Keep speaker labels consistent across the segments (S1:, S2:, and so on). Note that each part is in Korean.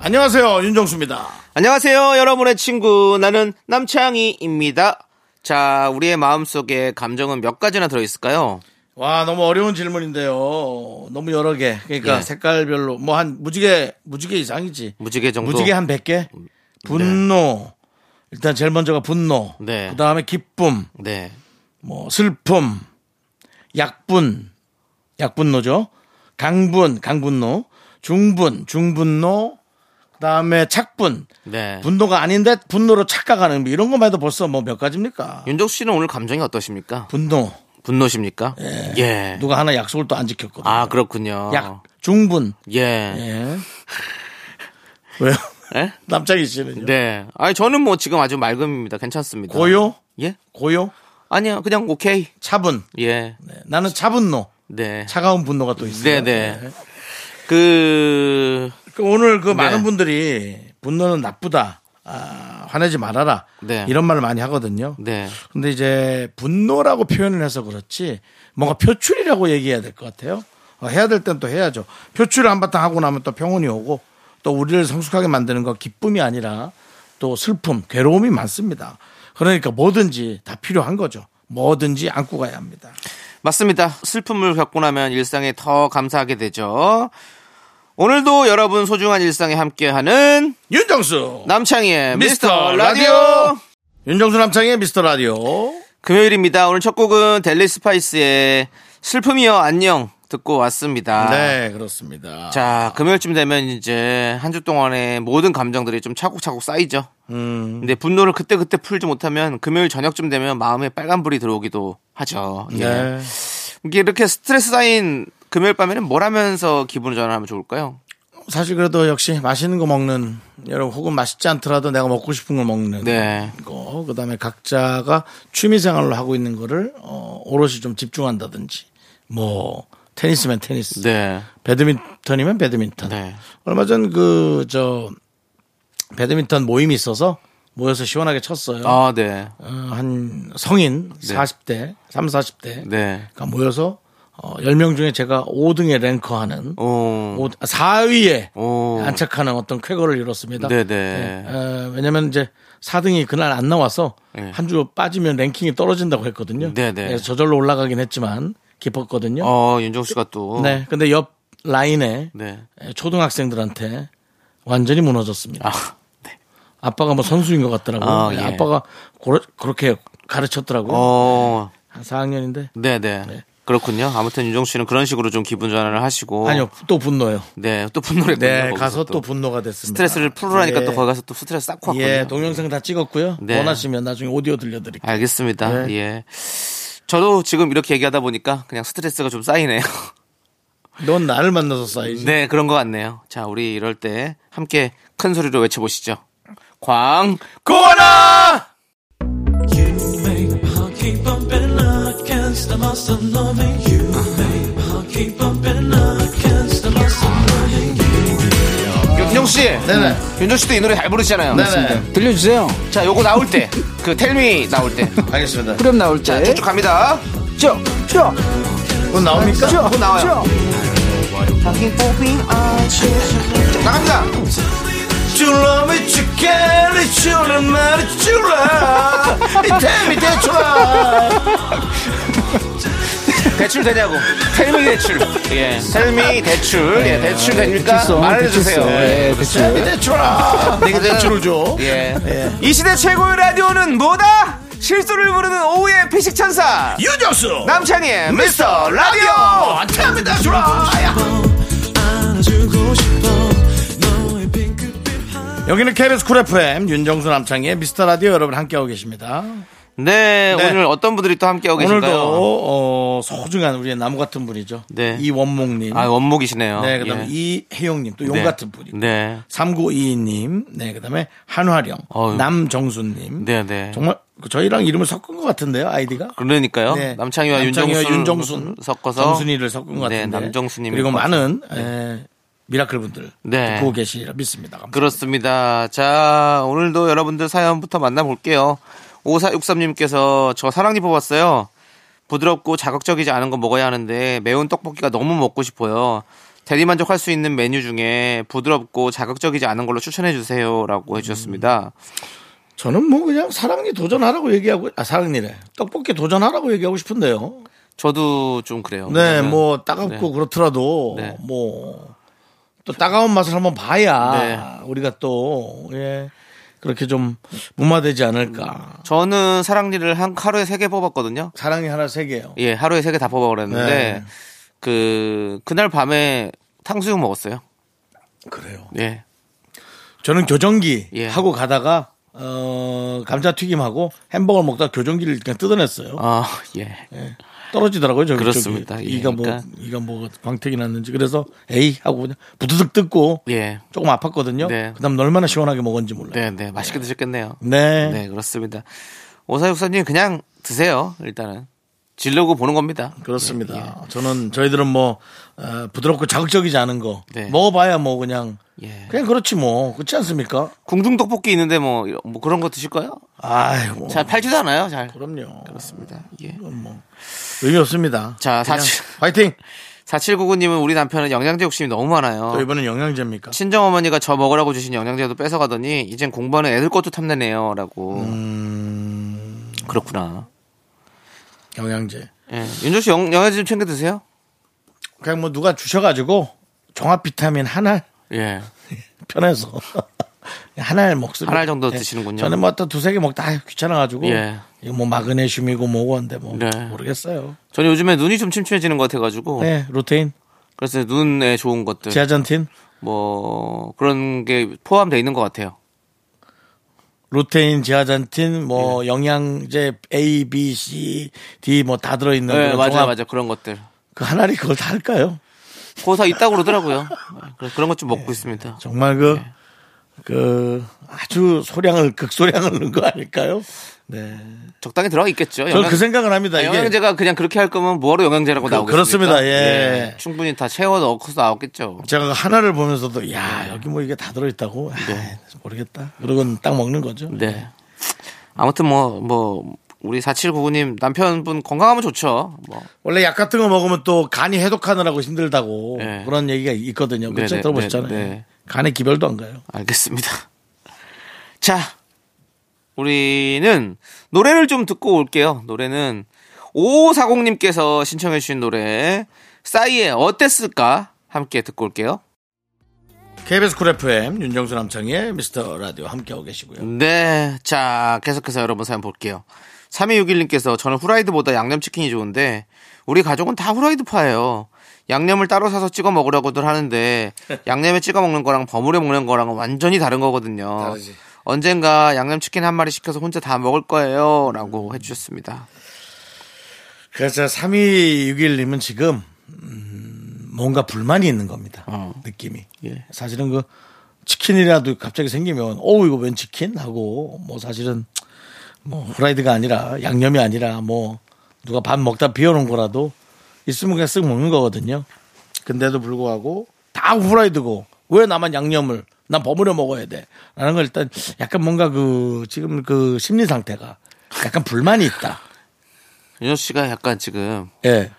S1: 안녕하세요 윤정수입니다.
S2: 안녕하세요, 여러분의 친구. 나는 남창희입니다. 자, 우리의 마음속에 감정은 몇 가지나 들어있을까요?
S1: 와 너무 어려운 질문인데요. 너무 여러 개. 그러니까
S2: 예.
S1: 색깔별로 뭐 한 무지개 무지개 이상이지.
S2: 무지개 정도? 음, 네.
S1: 무지개 한 100개? 분노. 일단 제일 먼저가 분노.
S2: 네.
S1: 그다음에 기쁨,
S2: 네.
S1: 뭐 슬픔, 약분. 약분노죠. 강분, 강분노. 중분, 중분노. 그다음에 착분.
S2: 네.
S1: 분노가 아닌데 분노로 착각하는 뭐 이런 것만 해도 벌써 뭐 몇 가지입니까?
S2: 윤정수 씨는 오늘 감정이 어떠십니까?
S1: 분노.
S2: 분노십니까? 예.
S1: 누가 하나 약속을 또 안 지켰거든.
S2: 아, 그렇군요.
S1: 약 중분.
S2: 예.
S1: 예. 왜요?
S2: 예?
S1: 남창희 씨는요?
S2: 네. 아니, 저는 뭐 지금 아주 맑음입니다. 괜찮습니다.
S1: 고요?
S2: 예?
S1: 고요?
S2: 아니요, 그냥 오케이.
S1: 차분.
S2: 예.
S1: 네, 나는 차분노.
S2: 네.
S1: 차가운 분노가 또 있어요.
S2: 네, 네. 그,
S1: 그 오늘 그
S2: 네.
S1: 많은 분들이 분노는 나쁘다. 아, 화내지 말아라.
S2: 네.
S1: 이런 말을 많이 하거든요.
S2: 네.
S1: 근데 이제 분노라고 표현을 해서 그렇지 뭔가 표출이라고 얘기해야 될 것 같아요. 어, 해야 될 땐 또 해야죠. 표출을 한바탕 하고 나면 또 평온이 오고 또 우리를 성숙하게 만드는 건 기쁨이 아니라 또 슬픔, 괴로움이 많습니다. 그러니까 뭐든지 다 필요한 거죠. 뭐든지 안고 가야 합니다.
S2: 맞습니다. 슬픔을 겪고 나면 일상에 더 감사하게 되죠. 오늘도 여러분 소중한 일상에 함께하는
S1: 윤정수
S2: 남창희의 미스터 라디오.
S1: 윤정수 남창의 미스터 라디오
S2: 금요일입니다. 오늘 첫 곡은 델리 스파이스의 슬픔이여 안녕 듣고 왔습니다.
S1: 네 그렇습니다
S2: 아. 자, 금요일쯤 되면 이제 한 주 동안의 모든 감정들이 좀 차곡차곡 쌓이죠.
S1: 음.
S2: 근데 분노를 그때그때 풀지 못하면 금요일 저녁쯤 되면 마음에 빨간불이 들어오기도 하죠. 예.
S1: 네.
S2: 이게 이렇게 스트레스 쌓인 금요일 밤에는 뭘 하면서 기분을 전환하면 좋을까요?
S1: 사실 그래도 역시 맛있는 거 먹는 여러분 혹은 맛있지 않더라도 내가 먹고 싶은 거 먹는
S2: 네.
S1: 거 그다음에 각자가 취미 생활로 하고 있는 거를 어, 오롯이 좀 집중한다든지 뭐 테니스면 테니스
S2: 네.
S1: 배드민턴이면 배드민턴
S2: 네.
S1: 얼마 전 그 저 배드민턴 모임이 있어서 모여서 시원하게 쳤어요
S2: 아, 네.
S1: 어, 한 성인 40대 3, 40대
S2: 네.
S1: 그러니까 모여서 어, 10명 중에 제가 5등에 랭커하는
S2: 어. 오.
S1: 4위에
S2: 오.
S1: 안착하는 어떤 쾌거를 이뤘습니다.
S2: 네네.
S1: 어, 왜냐면 이제 4등이 그날 안 나와서
S2: 네.
S1: 한 주 빠지면 랭킹이 떨어진다고 했거든요.
S2: 네네.
S1: 그래서 저절로 올라가긴 했지만 기뻤거든요.
S2: 어, 윤정수 씨가 또.
S1: 네. 근데 옆 라인에
S2: 네.
S1: 초등학생들한테 완전히 무너졌습니다.
S2: 아,
S1: 아. 빠가뭐 선수인 것 같더라고요.
S2: 아,
S1: 아,
S2: 예.
S1: 빠가 그렇게 가르쳤더라고요.
S2: 어.
S1: 한 4학년인데.
S2: 네네. 그렇군요. 아무튼 윤정수 씨는 그런 식으로 좀 기분 전환을 하시고.
S1: 아니요. 또 분노예요.
S2: 네. 또 어. 분노를 했군요.
S1: 네.
S2: 거기서
S1: 가서 또 분노가 됐습니다.
S2: 스트레스를 풀으라니까
S1: 예.
S2: 또 거기 가서 또 스트레스 쌓고 왔거든요.
S1: 예, 동영상 다 찍었고요.
S2: 네.
S1: 원하시면 나중에 오디오 들려드릴게요.
S2: 알겠습니다.
S1: 네.
S2: 예. 저도 지금 이렇게 얘기하다 보니까 그냥 스트레스가 좀 쌓이네요.
S1: 넌 나를 만나서 쌓이지.
S2: 네, 그런 것 같네요. 자, 우리 이럴 때 함께 큰 소리로 외쳐보시죠. 광, 고원아! 윤정 씨,
S1: 네네.
S2: 윤정 씨도 이 노래 잘 부르시잖아요.
S1: 네네.
S3: 들려주세요.
S2: 자, 요거 나올 때, 그 텔미 나올 때,
S1: 알겠습니다.
S3: 그럼 나올 때.
S2: 쭉쭉 갑니다.
S3: 쭉, 쭉,
S1: 그건 나옵니까?
S3: 쭉,
S2: 곧 나와요. 나갑니다.
S1: You love me, you care, you love me, you love. It tell me that you love.
S2: 대출 되냐고. 텔미 대출. 예, 텔미 대출. 예, 대출 됩니까?
S3: 네, 대출성,
S2: 말해주세요.
S3: 대출성.
S2: 예.
S3: 예,
S1: Tell
S3: 대출.
S1: me that you love. 내게 대출을 줘.
S2: 예. 이 시대 최고의 라디오는 뭐다? 실수를 부르는 오후의 피식천사.
S1: 유정수.
S2: 남창희의 미스터 라디오!
S1: 어, Tell me that you love. 여기는 KBS 쿨 FM 윤정수 남창희의 미스터 라디오 여러분 함께하고 계십니다.
S2: 네,
S1: 네.
S2: 오늘 어떤 분들이 또 함께하고
S1: 오늘도
S2: 계신가요?
S1: 어, 소중한 우리의 나무 같은 분이죠.
S2: 네.
S1: 이원목님.
S2: 아, 원목이시네요.
S1: 네, 그다음 에
S2: 예.
S1: 이혜영님 또 용
S2: 네.
S1: 같은 분이.
S2: 네.
S1: 3922님, 네, 그 다음에 한화령,
S2: 어휴.
S1: 남정수님.
S2: 네, 네.
S1: 정말 저희랑 이름을 섞은 것 같은데요, 아이디가?
S2: 그러니까요.
S1: 네.
S2: 남창희와
S1: 남창희와
S2: 윤정순,
S1: 윤정순
S2: 섞어서
S1: 정순이를 섞은 것 같은데
S2: 네, 남정순님
S1: 그리고 많은 에, 미라클 분들
S2: 네.
S1: 듣고 계시리라 믿습니다. 감사합니다.
S2: 그렇습니다. 자, 오늘도 여러분들 사연부터 만나볼게요. 5463님께서 저 사랑니 뽑았어요. 부드럽고 자극적이지 않은 거 먹어야 하는데 매운 떡볶이가 너무 먹고 싶어요. 대리만족할 수 있는 메뉴 중에 부드럽고 자극적이지 않은 걸로 추천해 주세요라고 해주셨습니다.
S1: 음. 저는 뭐 그냥 사랑니 도전하라고 얘기하고 아 사랑니래 떡볶이 도전하라고 얘기하고 싶은데요.
S2: 저도 좀 그래요.
S1: 네,
S2: 왜냐면-
S1: 뭐 따갑고
S2: 네.
S1: 그렇더라도
S2: 네.
S1: 뭐 또 따가운 맛을 한번 봐야
S2: 네.
S1: 우리가 또 예, 그렇게 좀 무마되지 않을까.
S2: 저는 사랑니를 한 하루에 세 개 뽑았거든요.
S1: 사랑니 하나 세 개요.
S2: 예, 하루에 세 개 다 뽑아버렸는데
S1: 네.
S2: 그 그날 밤에 탕수육 먹었어요.
S1: 그래요.
S2: 예,
S1: 저는 교정기
S2: 예.
S1: 하고 가다가 어, 감자튀김하고 햄버거 를 먹다 가 교정기를 그냥 뜯어냈어요.
S2: 아 예,
S1: 예. 떨어지더라고요. 저기
S2: 그렇습니다.
S1: 저기.
S2: 예,
S1: 이가 뭐
S2: 그러니까.
S1: 이가 뭐 광택이 났는지 그래서 에이 하고 그냥 부드득 뜯고
S2: 예,
S1: 조금 아팠거든요.
S2: 네.
S1: 그다음 얼마나 시원하게 먹었는지 몰라요.
S2: 네, 네, 맛있게 드셨겠네요.
S1: 네.
S2: 네, 그렇습니다. 오사육사님 그냥 드세요. 일단은 질르고 보는 겁니다. 예,
S1: 그렇습니다. 저는 저희들은 뭐 어, 부드럽고 자극적이지 않은 거
S2: 네.
S1: 먹어봐야 뭐 그냥
S2: 예.
S1: 그냥 그렇지 뭐 그렇지 않습니까?
S2: 궁중 떡볶이 있는데 뭐, 이런- 뭐 그런 거 드실까요?
S1: 아이 뭐
S2: 잘 팔지도 않아요. 잘
S1: 그럼요.
S2: 그렇습니다. 예.
S1: 이건 뭐 의미 없습니다.
S2: 자,
S1: 그냥
S2: 사실-
S1: 화이팅.
S2: 4799님은 우리 남편은 영양제 욕심이 너무 많아요.
S1: 또 이번엔 영양제입니까?
S2: 친정 어머니가 저 먹으라고 주신 영양제도 뺏어가더니 이젠 공부하는 애들 것도 탐내네요라고.
S1: 음.
S2: 그렇구나.
S1: 영양제.
S2: 예. 윤조 씨 영, 양제좀 챙겨 드세요.
S1: 그냥 뭐 누가 주셔가지고 종합 비타민 하나
S2: 예.
S1: 편해서 하나를 먹습니다.
S2: 한알 정도
S1: 예.
S2: 드시는군요.
S1: 저는 뭐 또 두세 개 먹다 아유, 귀찮아가지고
S2: 예.
S1: 이거 뭐 마그네슘이고 뭐고 한데 뭐
S2: 네.
S1: 모르겠어요.
S2: 저는 요즘에 눈이 좀 침침해지는 것 같아가지고
S1: 네, 루테인,
S2: 그래서 눈에 좋은 것들
S1: 지아잔틴,
S2: 뭐 그런 게 포함되어 있는 것 같아요.
S1: 루테인, 지아잔틴, 뭐
S2: 예.
S1: 영양제 A, B, C, D 뭐 다 들어있는
S2: 네,
S1: 그런
S2: 맞아요,
S1: 종합-
S2: 맞아요. 그런 것들.
S1: 그 하나리 그걸 다 할까요?
S2: 고사 있다고 그러더라고요. 네, 그래서 그런 것 좀
S1: 네.
S2: 먹고 있습니다.
S1: 정말 그,
S2: 네.
S1: 그 아주 소량을 극소량을 넣은 거 아닐까요? 네.
S2: 적당히 들어가 있겠죠.
S1: 저는
S2: 영양-
S1: 그 생각을
S2: 네,
S1: 합니다. 이게
S2: 영양제가 그냥 그렇게 할 거면 뭐하러 영양제라고
S1: 그-
S2: 나오겠습니까?
S1: 그렇습니다. 예.
S2: 충분히 다 채워 넣고서 나왔겠죠.
S1: 제가 그 하나를 보면서도
S2: 네.
S1: 야 여기 뭐 이게 다 들어있다고 아, 모르겠다. 그러고는 딱 먹는 거죠.
S2: 네. 아무튼 뭐, 뭐, 우리 4799님 남편분 건강하면 좋죠. 뭐.
S1: 원래 약 같은 거 먹으면 또 간이 해독하느라고 힘들다고
S2: 네.
S1: 그런 얘기가 있거든요. 그렇죠?
S2: 네네,
S1: 들어보셨잖아요.
S2: 네, 네.
S1: 간에 기별도 안 가요.
S2: 알겠습니다. 자, 우리는 노래를 좀 듣고 올게요. 노래는 5540님께서 신청해주신 노래, 싸이의 어땠을까? 함께 듣고 올게요.
S1: KBS 쿨 FM 윤정수 남창의 미스터 라디오 함께하고 계시고요.
S2: 네. 자, 계속해서 여러분 사연 볼게요. 3261님께서 저는 후라이드보다 양념치킨이 좋은데 우리 가족은 다 후라이드파예요. 양념을 따로 사서 찍어 먹으라고들 하는데 양념에 찍어 먹는 거랑 버무려 먹는 거랑은 완전히 다른 거거든요.
S1: 다르지.
S2: 언젠가 양념치킨 한 마리 시켜서 혼자 다 먹을 거예요. 라고
S1: 음.
S2: 해주셨습니다.
S1: 그래서 3261님은 지금 음, 뭔가 불만이 있는 겁니다.
S2: 어.
S1: 느낌이.
S2: 예.
S1: 사실은 그 치킨이라도 갑자기 생기면 어우 이거 웬 치킨 하고 뭐 사실은 뭐 후라이드가 아니라 양념이 아니라 뭐 누가 밥 먹다 비워놓은 거라도 있으면 그냥 쓱 먹는 거거든요. 근데도 불구하고 다 후라이드고 왜 나만 양념을 난 버무려 먹어야 돼라는 걸 일단 약간 뭔가 그 지금 그 심리 상태가 약간 불만이 있다.
S2: 윤호 씨가 약간 지금
S1: 예.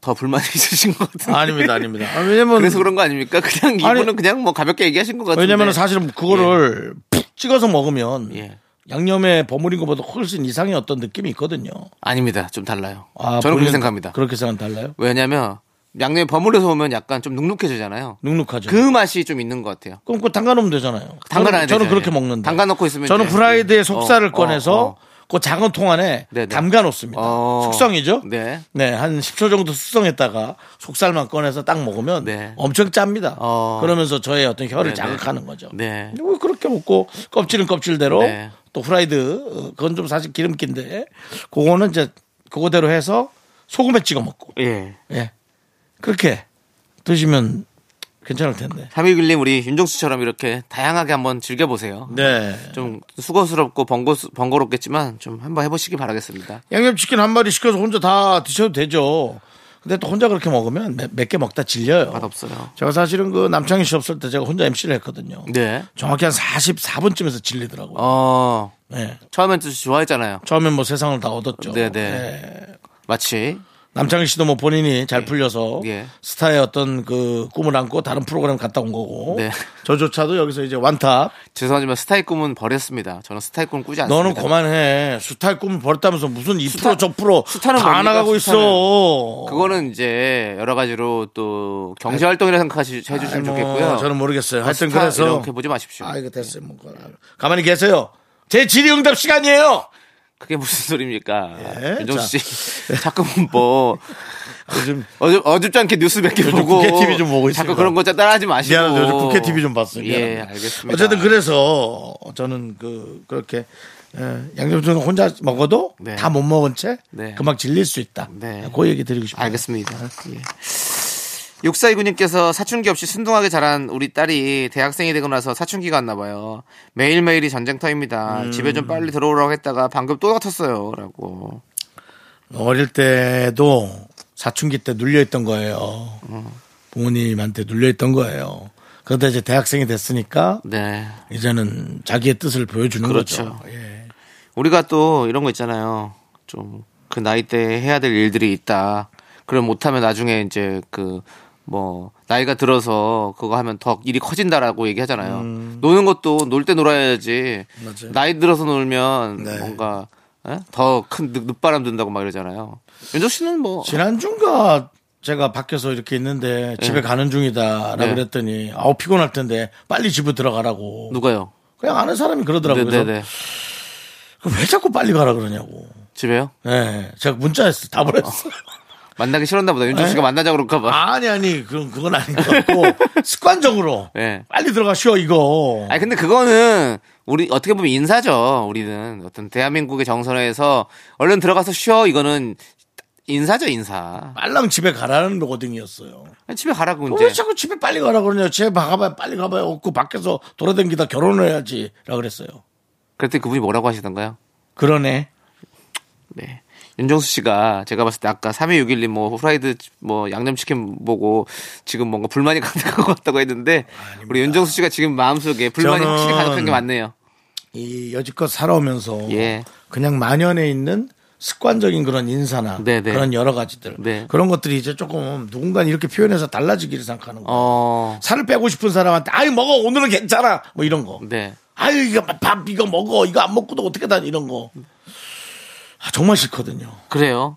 S2: 더 불만이 있으신 것 같은데.
S1: 아닙니다, 아닙니다. 아, 왜냐면
S2: 그래서 그런 거 아닙니까? 그냥
S1: 아니-
S2: 이분은 그냥 뭐 가볍게 얘기하신 것 같은데.
S1: 왜냐면 사실은 그거를 푹 찍어서 먹으면
S2: 예.
S1: 양념에 버무린 것보다 훨씬 이상의 어떤 느낌이 있거든요.
S2: 아닙니다. 좀 달라요.
S1: 아,
S2: 저는 그렇게
S1: 본인-
S2: 생각합니다.
S1: 그렇게 생각 달라요?
S2: 왜냐면 양념이 버무려서 오면 약간 좀 눅눅해지잖아요.
S1: 눅눅하죠.
S2: 그 맛이 좀 있는 것 같아요.
S1: 그럼 그 담가 놓으면 되잖아요. 저는, 저는
S2: 담가놔야 되잖아요.
S1: 그렇게 먹는데.
S2: 담가 놓고 있으면
S1: 저는
S2: 이제-
S1: 후라이드의 속살을
S2: 어,
S1: 꺼내서
S2: 어, 어.
S1: 그 작은 통 안에
S2: 네, 네.
S1: 담가 놓습니다.
S2: 어.
S1: 숙성이죠?
S2: 네.
S1: 네, 한 10초 정도 숙성했다가 속살만 꺼내서 딱 먹으면
S2: 네.
S1: 엄청 짭니다.
S2: 어.
S1: 그러면서 저의 어떤 혀를
S2: 네, 네.
S1: 자극하는 거죠. 뭐
S2: 네.
S1: 그리고 그렇게 먹고 껍질은 껍질대로
S2: 네.
S1: 또 후라이드 어, 그건 좀 사실 기름기인데 그거는 이제 그거대로 해서 소금에 찍어 먹고
S2: 예.
S1: 예. 그렇게 드시면 괜찮을 텐데.
S2: 3위글님 우리 윤정수처럼 이렇게 다양하게 한번 즐겨보세요.
S1: 네.
S2: 좀 수고스럽고 번거, 번거롭겠지만 좀 한번 해보시기 바라겠습니다.
S1: 양념치킨 한 마리 시켜서 혼자 다 드셔도 되죠. 근데 또 혼자 그렇게 먹으면 몇 개 먹다 질려요.
S2: 맛없어요.
S1: 제가 사실은 그 남창희 씨 없을 때 제가 혼자 MC를 했거든요.
S2: 네.
S1: 정확히 한 44분쯤에서 질리더라고요.
S2: 어,
S1: 네.
S2: 처음엔 또 좋아했잖아요.
S1: 처음엔 뭐 세상을 다 얻었죠.
S2: 네네.
S1: 네.
S2: 마치.
S1: 남창희 씨도 뭐 본인이 잘 풀려서
S2: 예.
S1: 스타의 어떤 그 꿈을 안고 다른 프로그램 갔다 온 거고
S2: 네.
S1: 저조차도 여기서 이제 완탑
S2: 죄송하지만 스타의 꿈은 버렸습니다. 저는 스타의 꿈 꾸지 않습니다.
S1: 너는 그만해 수탈 꿈을 벌였다면서 무슨 2% 저 프로
S2: 수탈은
S1: 다
S2: 뭡니까,
S1: 나가고
S2: 수탈은?
S1: 있어
S2: 그거는 이제 여러 가지로 또 경제 활동이라 생각해 주시면
S1: 뭐,
S2: 좋겠고요.
S1: 저는 모르겠어요. 하여튼
S2: 스타
S1: 그래서
S2: 이렇게 보지 마십시오.
S1: 아 이거 됐어요. 뭐 그거. 가만히 계세요. 제 질의응답 시간이에요.
S2: 그게 무슨 소리입니까?
S1: 예, 아,
S2: 윤정수 씨 자꾸 뭐
S1: 요즘
S2: 어줍, 어줍지 않게 뉴스 몇 개
S1: 요즘
S2: 보고
S1: 국회 TV 좀 보고 있습니다.
S2: 자꾸 그런 거 따라하지 마시고.
S1: 미안한데 요즘 국회 TV 좀 봤어요.
S2: 예,
S1: 미안합니다.
S2: 알겠습니다.
S1: 어쨌든 그래서 저는 그 그렇게 양념소는 혼자 먹어도
S2: 네.
S1: 다 못 먹은 채
S2: 네.
S1: 금방 질릴 수 있다.
S2: 네.
S1: 그 얘기 드리고 싶어요.
S2: 알겠습니다. 예. 육사이구님께서 사춘기 없이 순둥하게 자란 우리 딸이 대학생이 되고 나서 사춘기가 왔나 봐요. 매일매일이 전쟁터입니다. 집에
S1: 음.
S2: 좀 빨리 들어오라고 했다가 방금 또 다퉜어요. 라고.
S1: 어릴 때도 사춘기 때 눌려있던 거예요. 부모님한테 눌려있던 거예요. 그러다 이제 대학생이 됐으니까
S2: 네.
S1: 이제는 자기의 뜻을 보여주는
S2: 그렇죠.
S1: 거죠. 예.
S2: 우리가 또 이런 거 있잖아요. 좀 그 나이 때 해야 될 일들이 있다. 그럼 못하면 나중에 이제 그 뭐 나이가 들어서 그거 하면 더 일이 커진다라고 얘기하잖아요. 노는 것도 놀 때 놀아야지.
S1: 음. 맞아요.
S2: 나이 들어서 놀면
S1: 네.
S2: 뭔가 예? 더 큰 늦바람 든다고 막 이러잖아요. 윤정 씨는 뭐
S1: 지난주인가 제가 밖에서 이렇게 있는데 집에 가는 중이다라고
S2: 예. 네.
S1: 그랬더니 아우 피곤할 텐데 빨리 집에 들어가라고
S2: 누가요?
S1: 그냥 아는 사람이 그러더라고요. 그래서
S2: 네네네.
S1: 그왜 자꾸 빨리 가라 그러냐고.
S2: 집에요?
S1: 예. 제가 문자했어. 답을 했어.
S2: 만나기 싫었나 보다. 윤정 씨가
S1: 네?
S2: 만나자 그럴까 봐.
S1: 아니 아니 그건 그건 아닌 것 같고 습관적으로
S2: 네.
S1: 빨리 들어가 쉬어 이거.
S2: 아니 근데 그거는 우리 어떻게 보면 인사죠. 우리는 어떤 대한민국의 정서에서 얼른 들어가서 쉬어 이거는 인사죠 인사.
S1: 빨랑 집에 가라는 로고등이었어요.
S2: 아니, 집에 가라고
S1: 왜
S2: 이제.
S1: 자꾸 집에 빨리 가라 그러냐. 집에 가봐야 빨리 가봐야 없고 밖에서 돌아다니다 결혼을 해야지라 그랬어요.
S2: 그랬더니 그분이 뭐라고 하시던가요?
S1: 그러네.
S2: 네. 윤정수 씨가 제가 봤을 때 아까 3261님 뭐 후라이드 뭐 양념치킨 보고 지금 뭔가 불만이 가득한 것 같다고 했는데 우리 윤정수 씨가 지금 마음속에 불만이
S1: 저는-
S2: 확실히 가득한 게 맞네요.
S1: 이 여지껏 살아오면서
S2: 예.
S1: 그냥 만연해 있는 습관적인 그런 인사나
S2: 네네.
S1: 그런 여러 가지들
S2: 네.
S1: 그런 것들이 이제 조금 누군가 이렇게 표현해서 달라지기를 생각하는 거.
S2: 어.
S1: 살을 빼고 싶은 사람한테 아유 먹어 오늘은 괜찮아 뭐 이런 거.
S2: 네.
S1: 아유 이거 밥 이거 먹어 이거 안 먹고도 어떻게 다 이런 거. 아, 정말 싫거든요.
S2: 그래요.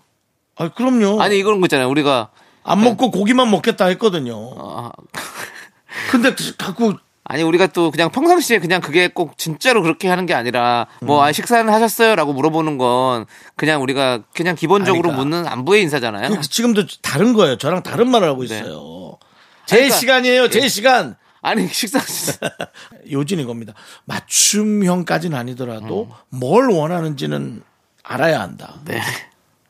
S1: 아 그럼요.
S2: 아니 이런 거 있잖아요. 우리가
S1: 안 먹고 고기만 먹겠다 했거든요.
S2: 어,
S1: 근데 그, 자꾸
S2: 아니 우리가 또 그냥 평상시에 그냥 그게 꼭 진짜로 그렇게 하는 게 아니라
S1: 음.
S2: 뭐 아, 식사는 하셨어요라고 물어보는 건 그냥 우리가 그냥 기본적으로
S1: 아니, 그러니까.
S2: 묻는 안부의 인사잖아요.
S1: 지금도 다른 거예요. 저랑 다른 말을 하고 있어요. 제
S2: 그러니까-
S1: 시간이에요. 제 시간.
S2: 아니 식사
S1: 요진인 겁니다. 맞춤형까지는 아니더라도
S2: 음.
S1: 뭘 원하는지는 알아야 한다.
S2: 네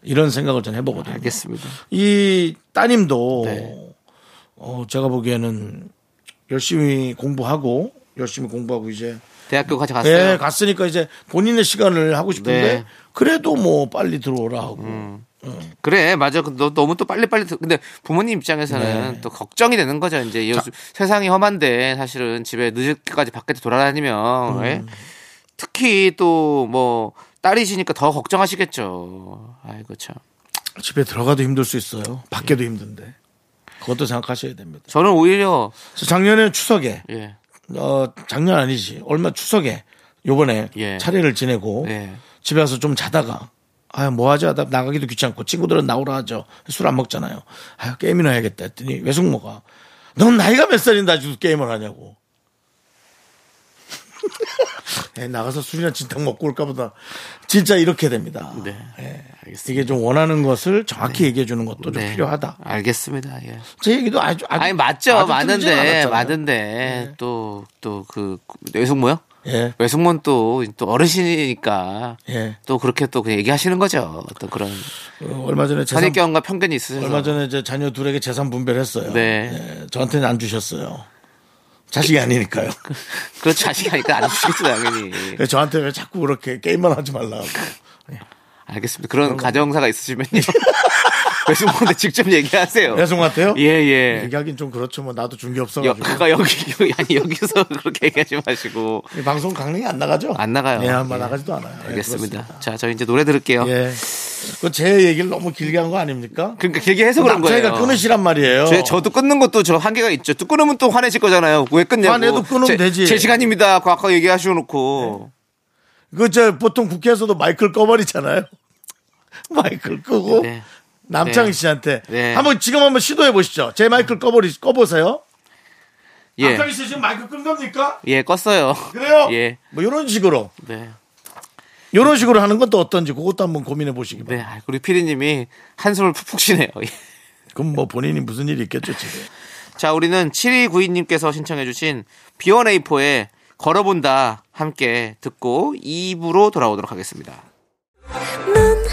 S1: 이런 생각을 저는 해보거든요.
S2: 알겠습니다.
S1: 이 따님도
S2: 네.
S1: 어, 제가 보기에는 열심히 공부하고 열심히 공부하고 이제
S2: 대학교 같이 갔어요.
S1: 네, 갔으니까 이제 본인의 시간을 하고 싶은데
S2: 네. 음.
S1: 그래도 뭐 빨리 들어오라 하고
S2: 그래 맞아. 근데 너 너무 또 빨리 빨리 근데 부모님
S1: 네.
S2: 입장에서는 또 걱정이 되는 거죠. 이제 요즘 세상이 험한데 사실은 집에 늦게까지 밖에 돌아다니면
S1: 음.
S2: 예? 특히 또 뭐 딸이시니까 더 걱정하시겠죠. 아이고 참.
S1: 집에 들어가도 힘들 수 있어요.
S2: 예.
S1: 밖에도 힘든데 그것도 생각하셔야 됩니다.
S2: 저는 오히려
S1: 그래서 작년에 추석에
S2: 예.
S1: 어, 작년 아니지. 얼마 추석에 요번에
S2: 예.
S1: 차례를 지내고
S2: 예.
S1: 집에 와서 좀 자다가 아, 뭐 하지 하다 나가기도 귀찮고 친구들은 나오라 하죠. 술 안 먹잖아요. 아, 게임이나 해야겠다 했더니 외숙모가 넌 나이가 몇 살인데 아직도 게임을 하냐고. 에, 예, 나가서 술이나 진탕 먹고 올까 보다. 진짜 이렇게 됩니다.
S2: 네.
S1: 예.
S2: 알겠습니다.
S1: 이게 좀 원하는 것을 정확히 얘기해 주는 것도 좀
S2: 네.
S1: 필요하다.
S2: 알겠습니다. 예.
S1: 제 얘기도 아주, 아주
S2: 아니 맞죠.
S1: 아주
S2: 맞는데
S1: 튼튼하잖아요. 네.
S2: 맞는데 또 또 그 외숙모요?
S1: 예.
S2: 외숙모는 또, 또 어르신이니까
S1: 예.
S2: 또 그렇게 또 그냥 얘기하시는 거죠. 어떤 그런
S1: 어, 얼마 전에 재산
S2: 선입견과 편견이 있으셔서
S1: 얼마 전에 제 자녀 둘에게 재산 분배했어요.
S2: 네.
S1: 저한테는 안 주셨어요. 자식이 아니니까요.
S2: 그 자식이니까 안 주시겠죠 당연히.
S1: 그래서 저한테 왜 자꾸 그렇게 게임만 하지 말라고.
S2: 알겠습니다. 그런 가정사가 있으시면요. 외숙모한테 직접 얘기하세요.
S1: 배송한테요?
S2: 예 예.
S1: 얘기하긴 좀 그렇죠. 뭐 나도 준게
S2: 여,
S1: 없어가지고.
S2: 그가 여기 여기- 아니 여기서 그렇게 얘기하지 마시고
S1: 이 방송 강릉이 안 나가죠?
S2: 안 나가요.
S1: 예, 안
S2: 예.
S1: 나가지도 않아요. 예,
S2: 알겠습니다.
S1: 그렇습니다.
S2: 자, 저희 이제 노래 들을게요.
S1: 예. 그제 얘기를 너무 길게 한 거 아닙니까?
S2: 그러니까 길게 해서 그런 거예요.
S1: 남자애가 끊으시란 말이에요.
S2: 제- 저도 끊는 것도 저 한계가 있죠. 또 끊으면 또 화내실 거잖아요. 왜 끊냐고.
S1: 화내도 끊으면
S2: 제,
S1: 되지.
S2: 제 시간입니다. 그 아까 얘기하시고 놓고.
S1: 그 저 보통 국회에서도 마이크를 꺼버리잖아요. 마이크를 끄고
S2: 네.
S1: 남창희
S2: 네.
S1: 씨한테
S2: 네.
S1: 한번 지금 한번 시도해 보시죠. 제 마이크를 꺼버리 꺼보세요.
S2: 예.
S1: 남창희 씨 지금 마이크 끈 겁니까?
S2: 예, 껐어요.
S1: 아, 그래요?
S2: 예.
S1: 뭐 이런 식으로
S2: 네.
S1: 이런 식으로 하는 건 또 어떤지 그것도 한번 고민해 보시기 바랍니다.
S2: 네. 아, 우리 피디님이 한숨을 푹푹 쉬네요. 예.
S1: 그럼 뭐 본인이 무슨 일이 있겠죠 지금.
S2: 자, 우리는 7292님께서 신청해주신 B1A4의 걸어본다 함께 듣고 2부로 돌아오도록 하겠습니다.
S3: 넌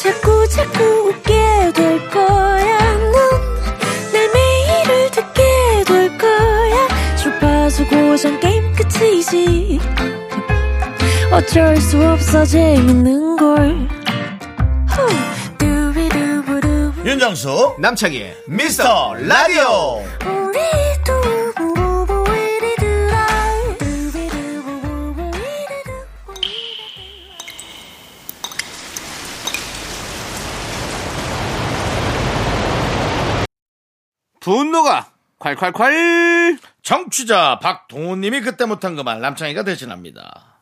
S3: 자꾸 자꾸 웃게 될 거야. 넌내 매일을 듣게 될 거야. 주파수 고정 게임 끝이지. 어쩔 수 없어 재밌는 걸. 후. 두비두부두.
S1: 윤정수
S2: 남창희의
S1: 미스터 라디오.
S3: 우리 두부부부 우리 두라. 두비두부부부 우리 두부부.
S2: 분노가 콸콸콸!
S1: 정취자 박동훈님이 그때 못한 그 말 남창희가 대신합니다.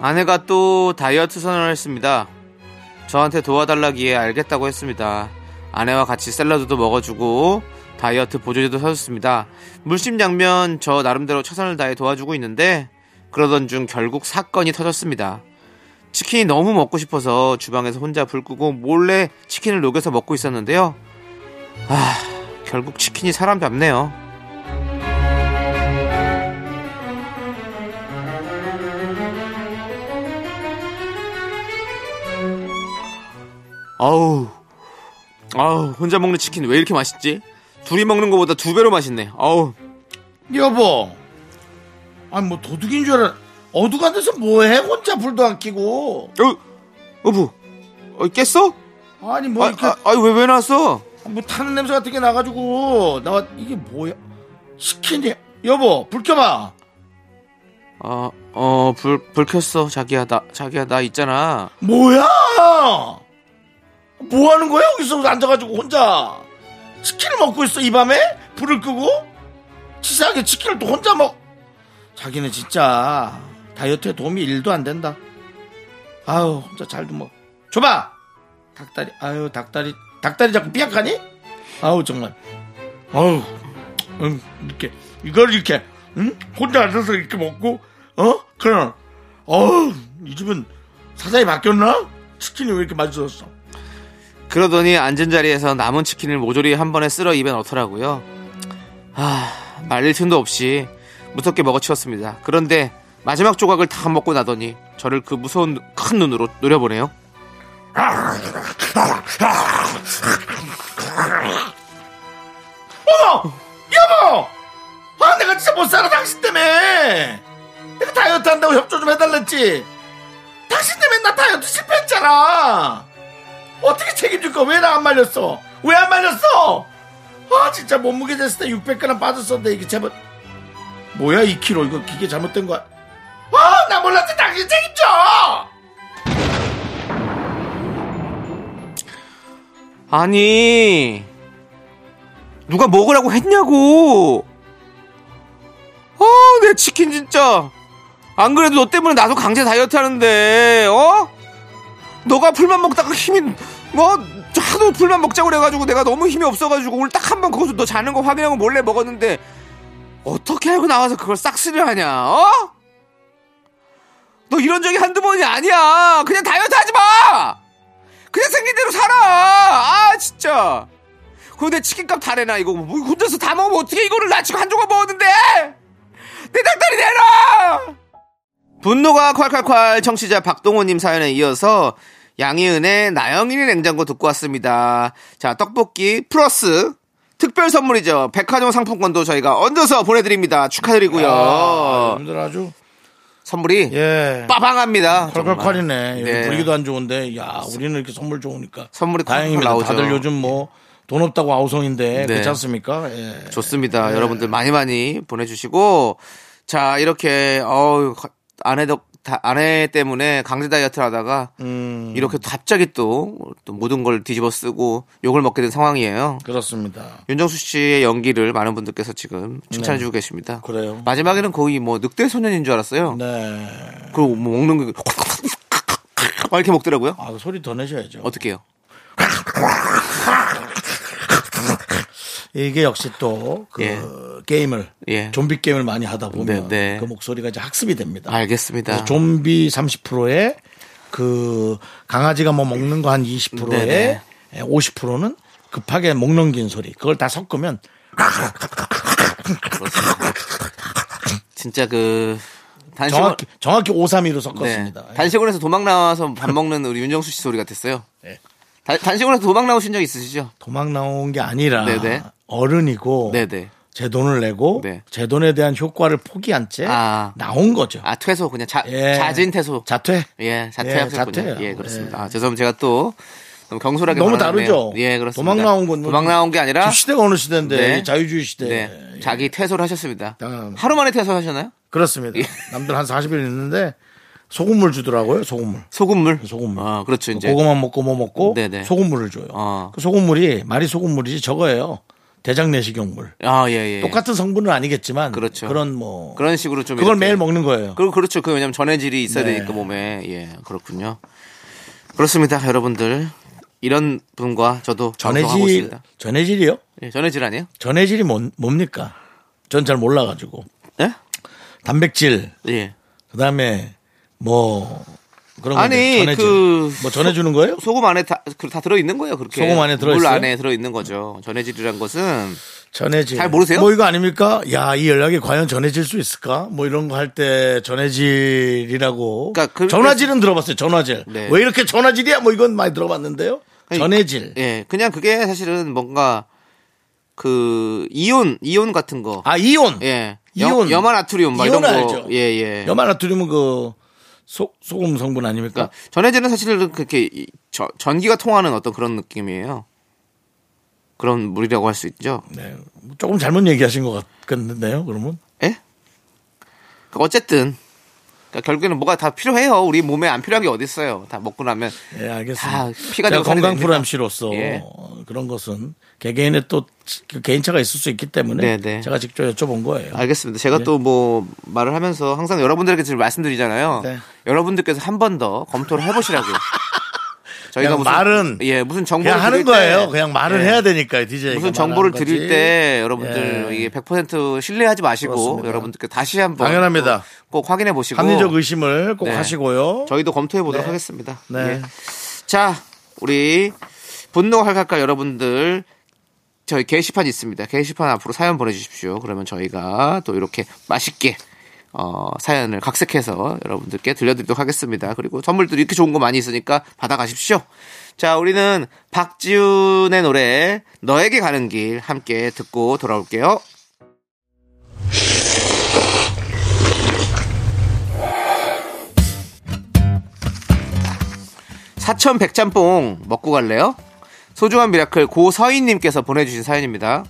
S2: 아내가 또 다이어트 선언을 했습니다. 저한테 도와달라기에 알겠다고 했습니다. 아내와 같이 샐러드도 먹어주고 다이어트 보조제도 사줬습니다. 물심양면 저 나름대로 최선을 다해 도와주고 있는데 그러던 중 결국 사건이 터졌습니다. 치킨이 너무 먹고 싶어서 주방에서 혼자 불 끄고 몰래 치킨을 녹여서 먹고 있었는데요. 아, 결국 치킨이 사람 잡네요. 아우, 아우, 혼자 먹는 치킨 왜 이렇게 맛있지? 둘이 먹는 것보다 두 배로 맛있네. 아우,
S1: 여보, 아니 뭐 도둑인 줄 알아. 어두간 데서 뭐해 혼자 불도 안 켜고.
S2: 어, 여보, 어, 깼어?
S1: 아니 뭐
S2: 아,
S1: 이렇게
S2: 아, 아, 왜, 왜 나왔어?
S1: 뭐 타는 냄새 같은 게 나가지고 나 이게 뭐야? 치킨이 여보 불 켜봐.
S2: 어, 어, 불, 불 켰어. 자기야, 나, 자기야, 나 있잖아.
S1: 뭐야? 뭐 하는 거야? 여기서 앉아가지고 혼자 치킨을 먹고 있어 이 밤에 불을 끄고 치사하게 치킨을 또 혼자 먹. 자기는 진짜 다이어트에 도움이 일도안 된다. 아유 혼자 잘도 먹. 줘봐 닭다리 아유 닭다리 닭다리 자꾸 삐약하니? 아우 정말 아우 음, 이렇게 이걸 이렇게 응? 혼자 앉아서 이렇게 먹고 어? 그럼 어우 이 집은 사장이 바뀌었나? 치킨이 왜 이렇게 맛있어졌어?
S2: 그러더니 앉은 자리에서 남은 치킨을 모조리 한 번에 쓸어 입에 넣더라고요. 아, 말릴 틈도 없이 무섭게 먹어치웠습니다. 그런데 마지막 조각을 다 먹고 나더니 저를 그 무서운 큰 눈으로 노려보네요.
S1: 어머! 여보! 아 내가 진짜 못 살아 당신 때문에 내가 다이어트 한다고 협조 좀 해달랬지 당신 때문에 나 다이어트 실패했잖아 어떻게 책임질 거야 왜 나 안 말렸어 왜 안 말렸어 아 진짜 몸무게 됐을 때 600g 빠졌었는데 이게 제발 뭐야 2kg 이거 기계 잘못된 거야 아나 몰랐지 당신 책임져
S2: 아니 누가 어, 먹으라고 했냐고 아 내 치킨 진짜 안 그래도 너 때문에 나도 강제 다이어트 하는데, 어? 너가 풀만 먹다가 힘이, 뭐, 하도 풀만 먹자고 그래가지고 내가 너무 힘이 없어가지고 오늘 딱 한 번 거기서 너 자는 거 확인하고 몰래 먹었는데, 어떻게 알고 나와서 그걸 싹쓸이를 하냐, 어? 너 이런 적이 한두 번이 아니야! 그냥 다이어트 하지 마! 그냥 생긴 대로 살아! 아, 진짜! 근데 치킨값 다 내놔, 이거. 뭐, 혼자서 다 먹으면 어떻게 이거를 나 지금 한 조각 먹었는데! 내 닭다리 내놔! 분노가 콸콸콸 청취자 박동호님 사연에 이어서 양희은의 나영인의 냉장고 듣고 왔습니다. 자, 떡볶이 플러스 특별 선물이죠. 백화점 상품권도 저희가 얹어서 보내드립니다. 축하드리고요. 아,
S1: 힘들어 아, 아주.
S2: 선물이
S1: 예.
S2: 빠방합니다.
S1: 컬컬컬이네.
S2: 네.
S1: 분위기도 안 좋은데, 야, 우리는 이렇게 선물 좋으니까.
S2: 선물이 컬컬
S1: 다행입니다.
S2: 나오죠. 예.
S1: 다들 요즘 뭐, 돈 없다고 아우성인데,
S2: 네.
S1: 그렇지 않습니까? 예.
S2: 좋습니다. 여러분들 많이 많이 보내주시고 자 이렇게 어우 아내 덕 다- 아내 때문에 강제 다이어트를 하다가
S1: 음.
S2: 이렇게 갑자기 또, 또 모든 걸 뒤집어 쓰고 욕을 먹게 된 상황이에요.
S1: 그렇습니다.
S2: 윤정수 씨의 연기를 많은 분들께서 지금 칭찬해주고 계십니다.
S1: 네. 그래요.
S2: 마지막에는 거의 뭐 늑대 소년인 줄 알았어요.
S1: 네.
S2: 그리고 뭐 먹는 거 막 이렇게 먹더라고요.
S1: 아, 그 소리 더 내셔야죠.
S2: 어떻게요?
S1: 이게 역시 또 그
S2: 예.
S1: 게임을
S2: 예.
S1: 좀비 게임을 많이 하다 보면
S2: 네, 네.
S1: 그 목소리가 이제 학습이 됩니다.
S2: 알겠습니다.
S1: 그래서 좀비 30%에 그 강아지가 뭐 먹는 거 한 20%에
S2: 네,
S1: 50%는 급하게 목 넘긴 소리 그걸 다 섞으면
S2: 진짜 그 단식을
S1: 정확히 정확히 532로 섞었습니다.
S2: 네. 단식을 해서 도망 나와서 밥 먹는 우리 윤정수 씨 소리 같았어요.
S1: 네.
S2: 다- 단식을 해서 도망 나오신 적 있으시죠?
S1: 도망 나온 게 아니라
S2: 네, 네.
S1: 어른이고
S2: 네네.
S1: 제 돈을 내고
S2: 네.
S1: 제 돈에 대한 효과를 포기한 채
S2: 아.
S1: 나온 거죠.
S2: 아 퇴소 그냥 자
S1: 예.
S2: 자진 퇴소.
S1: 자퇴.
S2: 예
S1: 예,
S2: 자퇴하셨군요.
S1: 자퇴예요.
S2: 예, 그렇습니다. 아, 죄송합니다. 제가 또 너무 경솔하게
S1: 너무
S2: 발언했네요.
S1: 다르죠.
S2: 예 그렇습니다.
S1: 도망 나온 건 뭐-
S2: 도망 나온 게 아니라
S1: 지금 시대가 어느 시대인데
S2: 네.
S1: 이 자유주의 시대.
S2: 네, 자기 퇴소를 하셨습니다.
S1: 아.
S2: 하루 만에 퇴소하셨나요?
S1: 그렇습니다. 남들 한 40일 있는데 소금물 주더라고요. 소금물.
S2: 소금물.
S1: 소금물.
S2: 아 그렇죠 이제
S1: 고구마 먹고 뭐 먹고
S2: 네네.
S1: 소금물을 줘요.
S2: 어.
S1: 그 소금물이 말이 소금물이지 저거예요. 대장 내시경물.
S2: 아예예
S1: 똑같은 성분은 아니겠지만
S2: 그렇죠.
S1: 런뭐
S2: 그런 식으로 좀
S1: 그걸
S2: 이렇게-
S1: 매일 먹는 거예요.
S2: 그리고 그렇죠. 그 왜냐면 전해질이 있어야
S1: 네.
S2: 되니까 몸에 예 그렇군요. 그렇습니다, 여러분들 이런 분과 저도 방송하고
S1: 전해질
S2: 있습니다.
S1: 전해질이요?
S2: 예, 전해질 아니에요?
S1: 전해질이 뭔, 뭡니까? 전 잘 몰라 가지고.
S2: 예?
S1: 단백질
S2: 예.
S1: 그다음에 뭐 그런 거
S2: 아니,
S1: 이제 전해질.
S2: 그
S1: 뭐 전해 주는 거예요?
S2: 소금 안에 다, 그- 다 들어있는 거예요, 그렇게.
S1: 소금 안에
S2: 물
S1: 들어있어요?
S2: 안에 들어있는 거죠. 전해질이란 것은
S1: 전해질.
S2: 잘 모르세요?
S1: 뭐 이거 아닙니까? 야, 이 연락이 과연 전해질 수 있을까? 뭐 이런 거 할 때 전해질이라고.
S2: 그러니까 그-
S1: 전화질은 들어봤어요. 전화질.
S2: 네.
S1: 왜 이렇게 전화질이야? 뭐 이건 많이 들어봤는데요.
S2: 아니,
S1: 전해질.
S2: 예, 그냥 그게 사실은 뭔가 그 이온, 이온 같은 거.
S1: 아, 이온.
S2: 예.
S1: 이온.
S2: 여, 만 아트륨, 막
S1: 이온
S2: 이런 거.
S1: 알죠?
S2: 예, 예.
S1: 염화나 트륨은 그 소, 소금 성분 아닙니까?
S2: 그러니까 전해질은 사실은 그렇게 이- 저- 전기가 통하는 어떤 그런 느낌이에요. 그런 물이라고 할 수 있죠.
S1: 네.
S2: 그러니까
S1: 조금 잘못 얘기하신 것 같겠는데요, 그러면?
S2: 예? 그러니까 어쨌든 그러니까 결국에는 뭐가 다 필요해요. 우리 몸에 안 필요한 게 어디 있어요. 다 먹고 나면
S1: 예, 알겠습니다.
S2: 다 아, 피가
S1: 제가
S2: 되고 살이
S1: 건강 프로
S2: 됩니다.
S1: MC로서
S2: 예.
S1: 그런 것은 개개인의 또 그 개인차가 있을 수 있기 때문에
S2: 네, 네.
S1: 제가 직접 여쭤본 거예요.
S2: 알겠습니다. 제가 또 뭐 말을 하면서 항상 여러분들에게 지금 말씀드리잖아요.
S1: 네.
S2: 여러분들께서 한 번 더 검토를 해보시라고. 저희가
S1: 그냥
S2: 무슨
S1: 말은
S2: 예 무슨 정보를
S1: 그냥 하는
S2: 드릴 때-
S1: 거예요. 그냥 말을
S2: 예.
S1: 해야 되니까요, DJ.
S2: 무슨 정보를 드릴 때 여러분들 이게 100% 신뢰하지 마시고
S1: 예. 그렇습니다.
S2: 여러분들께 다시 한번
S1: 당연합니다.
S2: 꼭, 꼭 확인해 보시고
S1: 합리적 의심을 꼭
S2: 네.
S1: 하시고요.
S2: 저희도 검토해 보도록
S1: 네.
S2: 하겠습니다.
S1: 네.
S2: 예. 자, 우리 분노 활각과 여러분들 저희 게시판 있습니다. 게시판 앞으로 사연 보내주십시오. 그러면 저희가 또 이렇게 맛있게 어, 사연을 각색해서 여러분들께 들려드리도록 하겠습니다. 그리고 선물도 이렇게 좋은 거 많이 있으니까 받아가십시오. 자, 우리는 박지훈의 노래 너에게 가는 길 함께 듣고 돌아올게요. 사천 백짬뽕 먹고 갈래요? 소중한 미라클 고서인님께서 보내주신 사연입니다.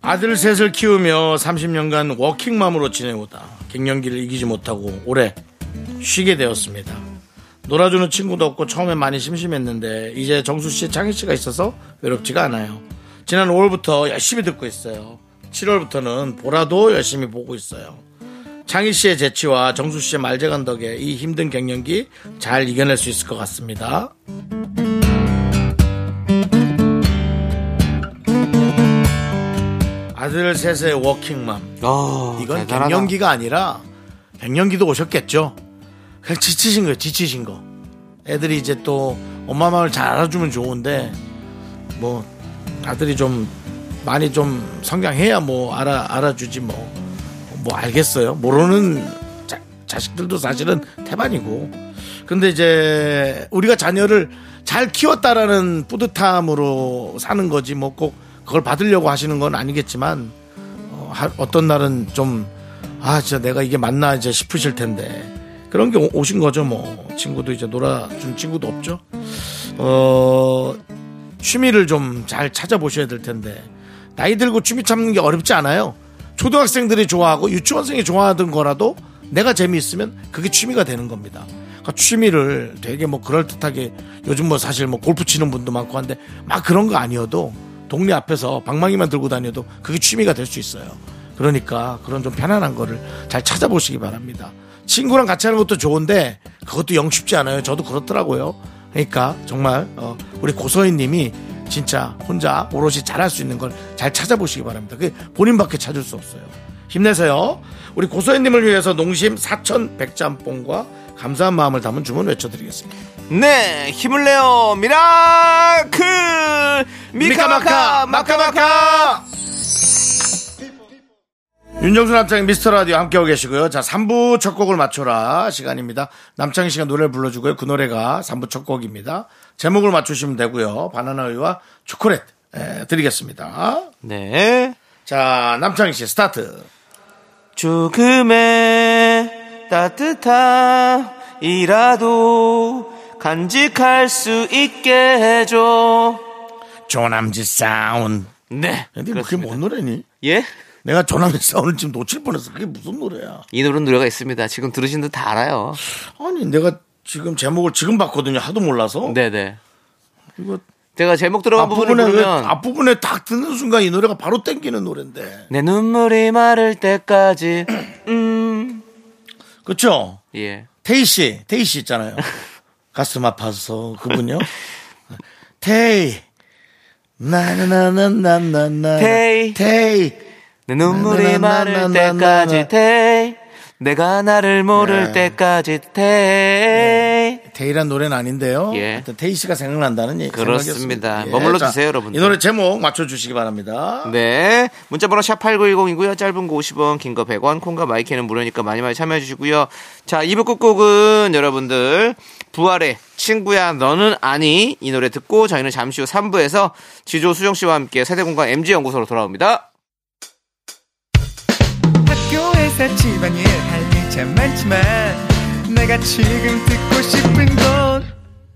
S1: 아들 셋을 키우며 30년간 워킹맘으로 지내오다 갱년기를 이기지 못하고 올해 쉬게 되었습니다. 놀아주는 친구도 없고 처음엔 많이 심심했는데 이제 정수 씨, 창희 씨가 있어서 외롭지가 않아요. 지난 5월부터 열심히 듣고 있어요. 7월부터는 보라도 열심히 보고 있어요. 창희 씨의 재치와 정수 씨의 말재간 덕에 이 힘든 갱년기 잘 이겨낼 수 있을 것 같습니다. 아들 셋의 워킹맘.
S2: 어,
S1: 이건
S2: 대단하다.
S1: 갱년기가 아니라 갱년기도 오셨겠죠. 그냥 지치신 거예요. 지치신 거. 애들이 이제 또 엄마 마음을 잘 알아주면 좋은데 뭐 아들이 좀 많이 좀 성장해야 뭐 알아 알아주지 뭐 뭐 알겠어요. 모르는 자, 자식들도 사실은 태반이고. 근데 이제 우리가 자녀를 잘 키웠다라는 뿌듯함으로 사는 거지 뭐 꼭 그걸 받으려고 하시는 건 아니겠지만 어, 하- 어떤 날은 좀 아 진짜 내가 이게 맞나 이제 싶으실 텐데 그런 게 오- 오신 거죠 뭐 친구도 이제 놀아준 친구도 없죠 어 취미를 좀 잘 찾아보셔야 될 텐데 나이 들고 취미 찾는 게 어렵지 않아요 초등학생들이 좋아하고 유치원생이 좋아하던 거라도 내가 재미있으면 그게 취미가 되는 겁니다 그러니까 취미를 되게 뭐 그럴듯하게 요즘 뭐 사실 뭐 골프 치는 분도 많고 한데 막 그런 거 아니어도 동네 앞에서 방망이만 들고 다녀도 그게 취미가 될 수 있어요 그러니까 그런 좀 편안한 거를 잘 찾아보시기 바랍니다. 친구랑 같이 하는 것도 좋은데 그것도 영 쉽지 않아요. 저도 그렇더라고요. 그러니까 정말 어, 우리 고서인님이 진짜 혼자 오롯이 잘할 수 있는 걸 잘 찾아보시기 바랍니다. 그게 본인밖에 찾을 수 없어요. 힘내세요. 우리 고서인님을 위해서 농심 4,100짬뽕과 감사한 마음을 담은 주문 외쳐드리겠습니다.
S2: 네, 힘을 내요. 미라클! 미카마카! 마카마카!
S1: 윤정수 남창희 미스터 라디오 함께하고 계시고요. 자, 3부 첫 곡을 맞춰라 시간입니다. 남창희 씨가 노래를 불러주고요. 그 노래가 3부 첫 곡입니다. 제목을 맞추시면 되고요. 바나나우유와 초콜릿 예, 드리겠습니다.
S2: 네.
S1: 자, 남창희 씨 스타트.
S2: 조금의 따뜻함이라도 간직할 수 있게 해줘.
S1: 조남지 사운.
S2: 네.
S1: 근데 그게 뭔 노래니?
S2: 예?
S1: 내가 조남지 사운을 지금 놓칠 뻔했어. 그게 무슨 노래야?
S2: 이 노래는 노래가 있습니다. 지금 들으신 듯 다 알아요.
S1: 아니, 내가 지금 제목을 지금 봤거든요. 하도 몰라서.
S2: 네네.
S1: 이거
S2: 제가 제목 들어간 부분을
S1: 어? 아, 앞부분에 왜-
S2: 부르면
S1: 앞부분에 딱 듣는 순간 이 노래가 바로 땡기는 노래인데.
S2: 내 눈물이 마를 때까지 음.
S1: 그렇죠?
S2: 예.
S1: 테이 씨, 테이 씨 있잖아요. 가슴 아파서 그분요. 테이 나나나나나나나
S2: 테이.
S1: 테이
S2: 내 눈물이 마를 때까지 테이 내가 나를 모를
S1: 예.
S2: 때까지 테이
S1: 테이란 노래는 아닌데요.
S2: 예.
S1: 하여튼 테이 씨가 생각난다는 얘기.
S2: 그렇습니다.
S1: 생각이었습니다.
S2: 머물러
S1: 자,
S2: 주세요, 여러분들.
S1: 이 노래 제목 맞춰 주시기 바랍니다.
S2: 네. 문자번호 샵8910이고요. 짧은 거 50원, 긴 거 100원, 콩과 마이크는 무료니까 많이 많이 참여해주시고요. 자, 2부 끝곡은 여러분들, 부활의 친구야, 너는 아니. 이 노래 듣고 저희는 잠시 후 3부에서 지조 수정 씨와 함께 세대공간 MG연구소로 돌아옵니다.
S4: 학교에서 집안일 할 일 참 많지만 내가 지금 듣고 싶은 건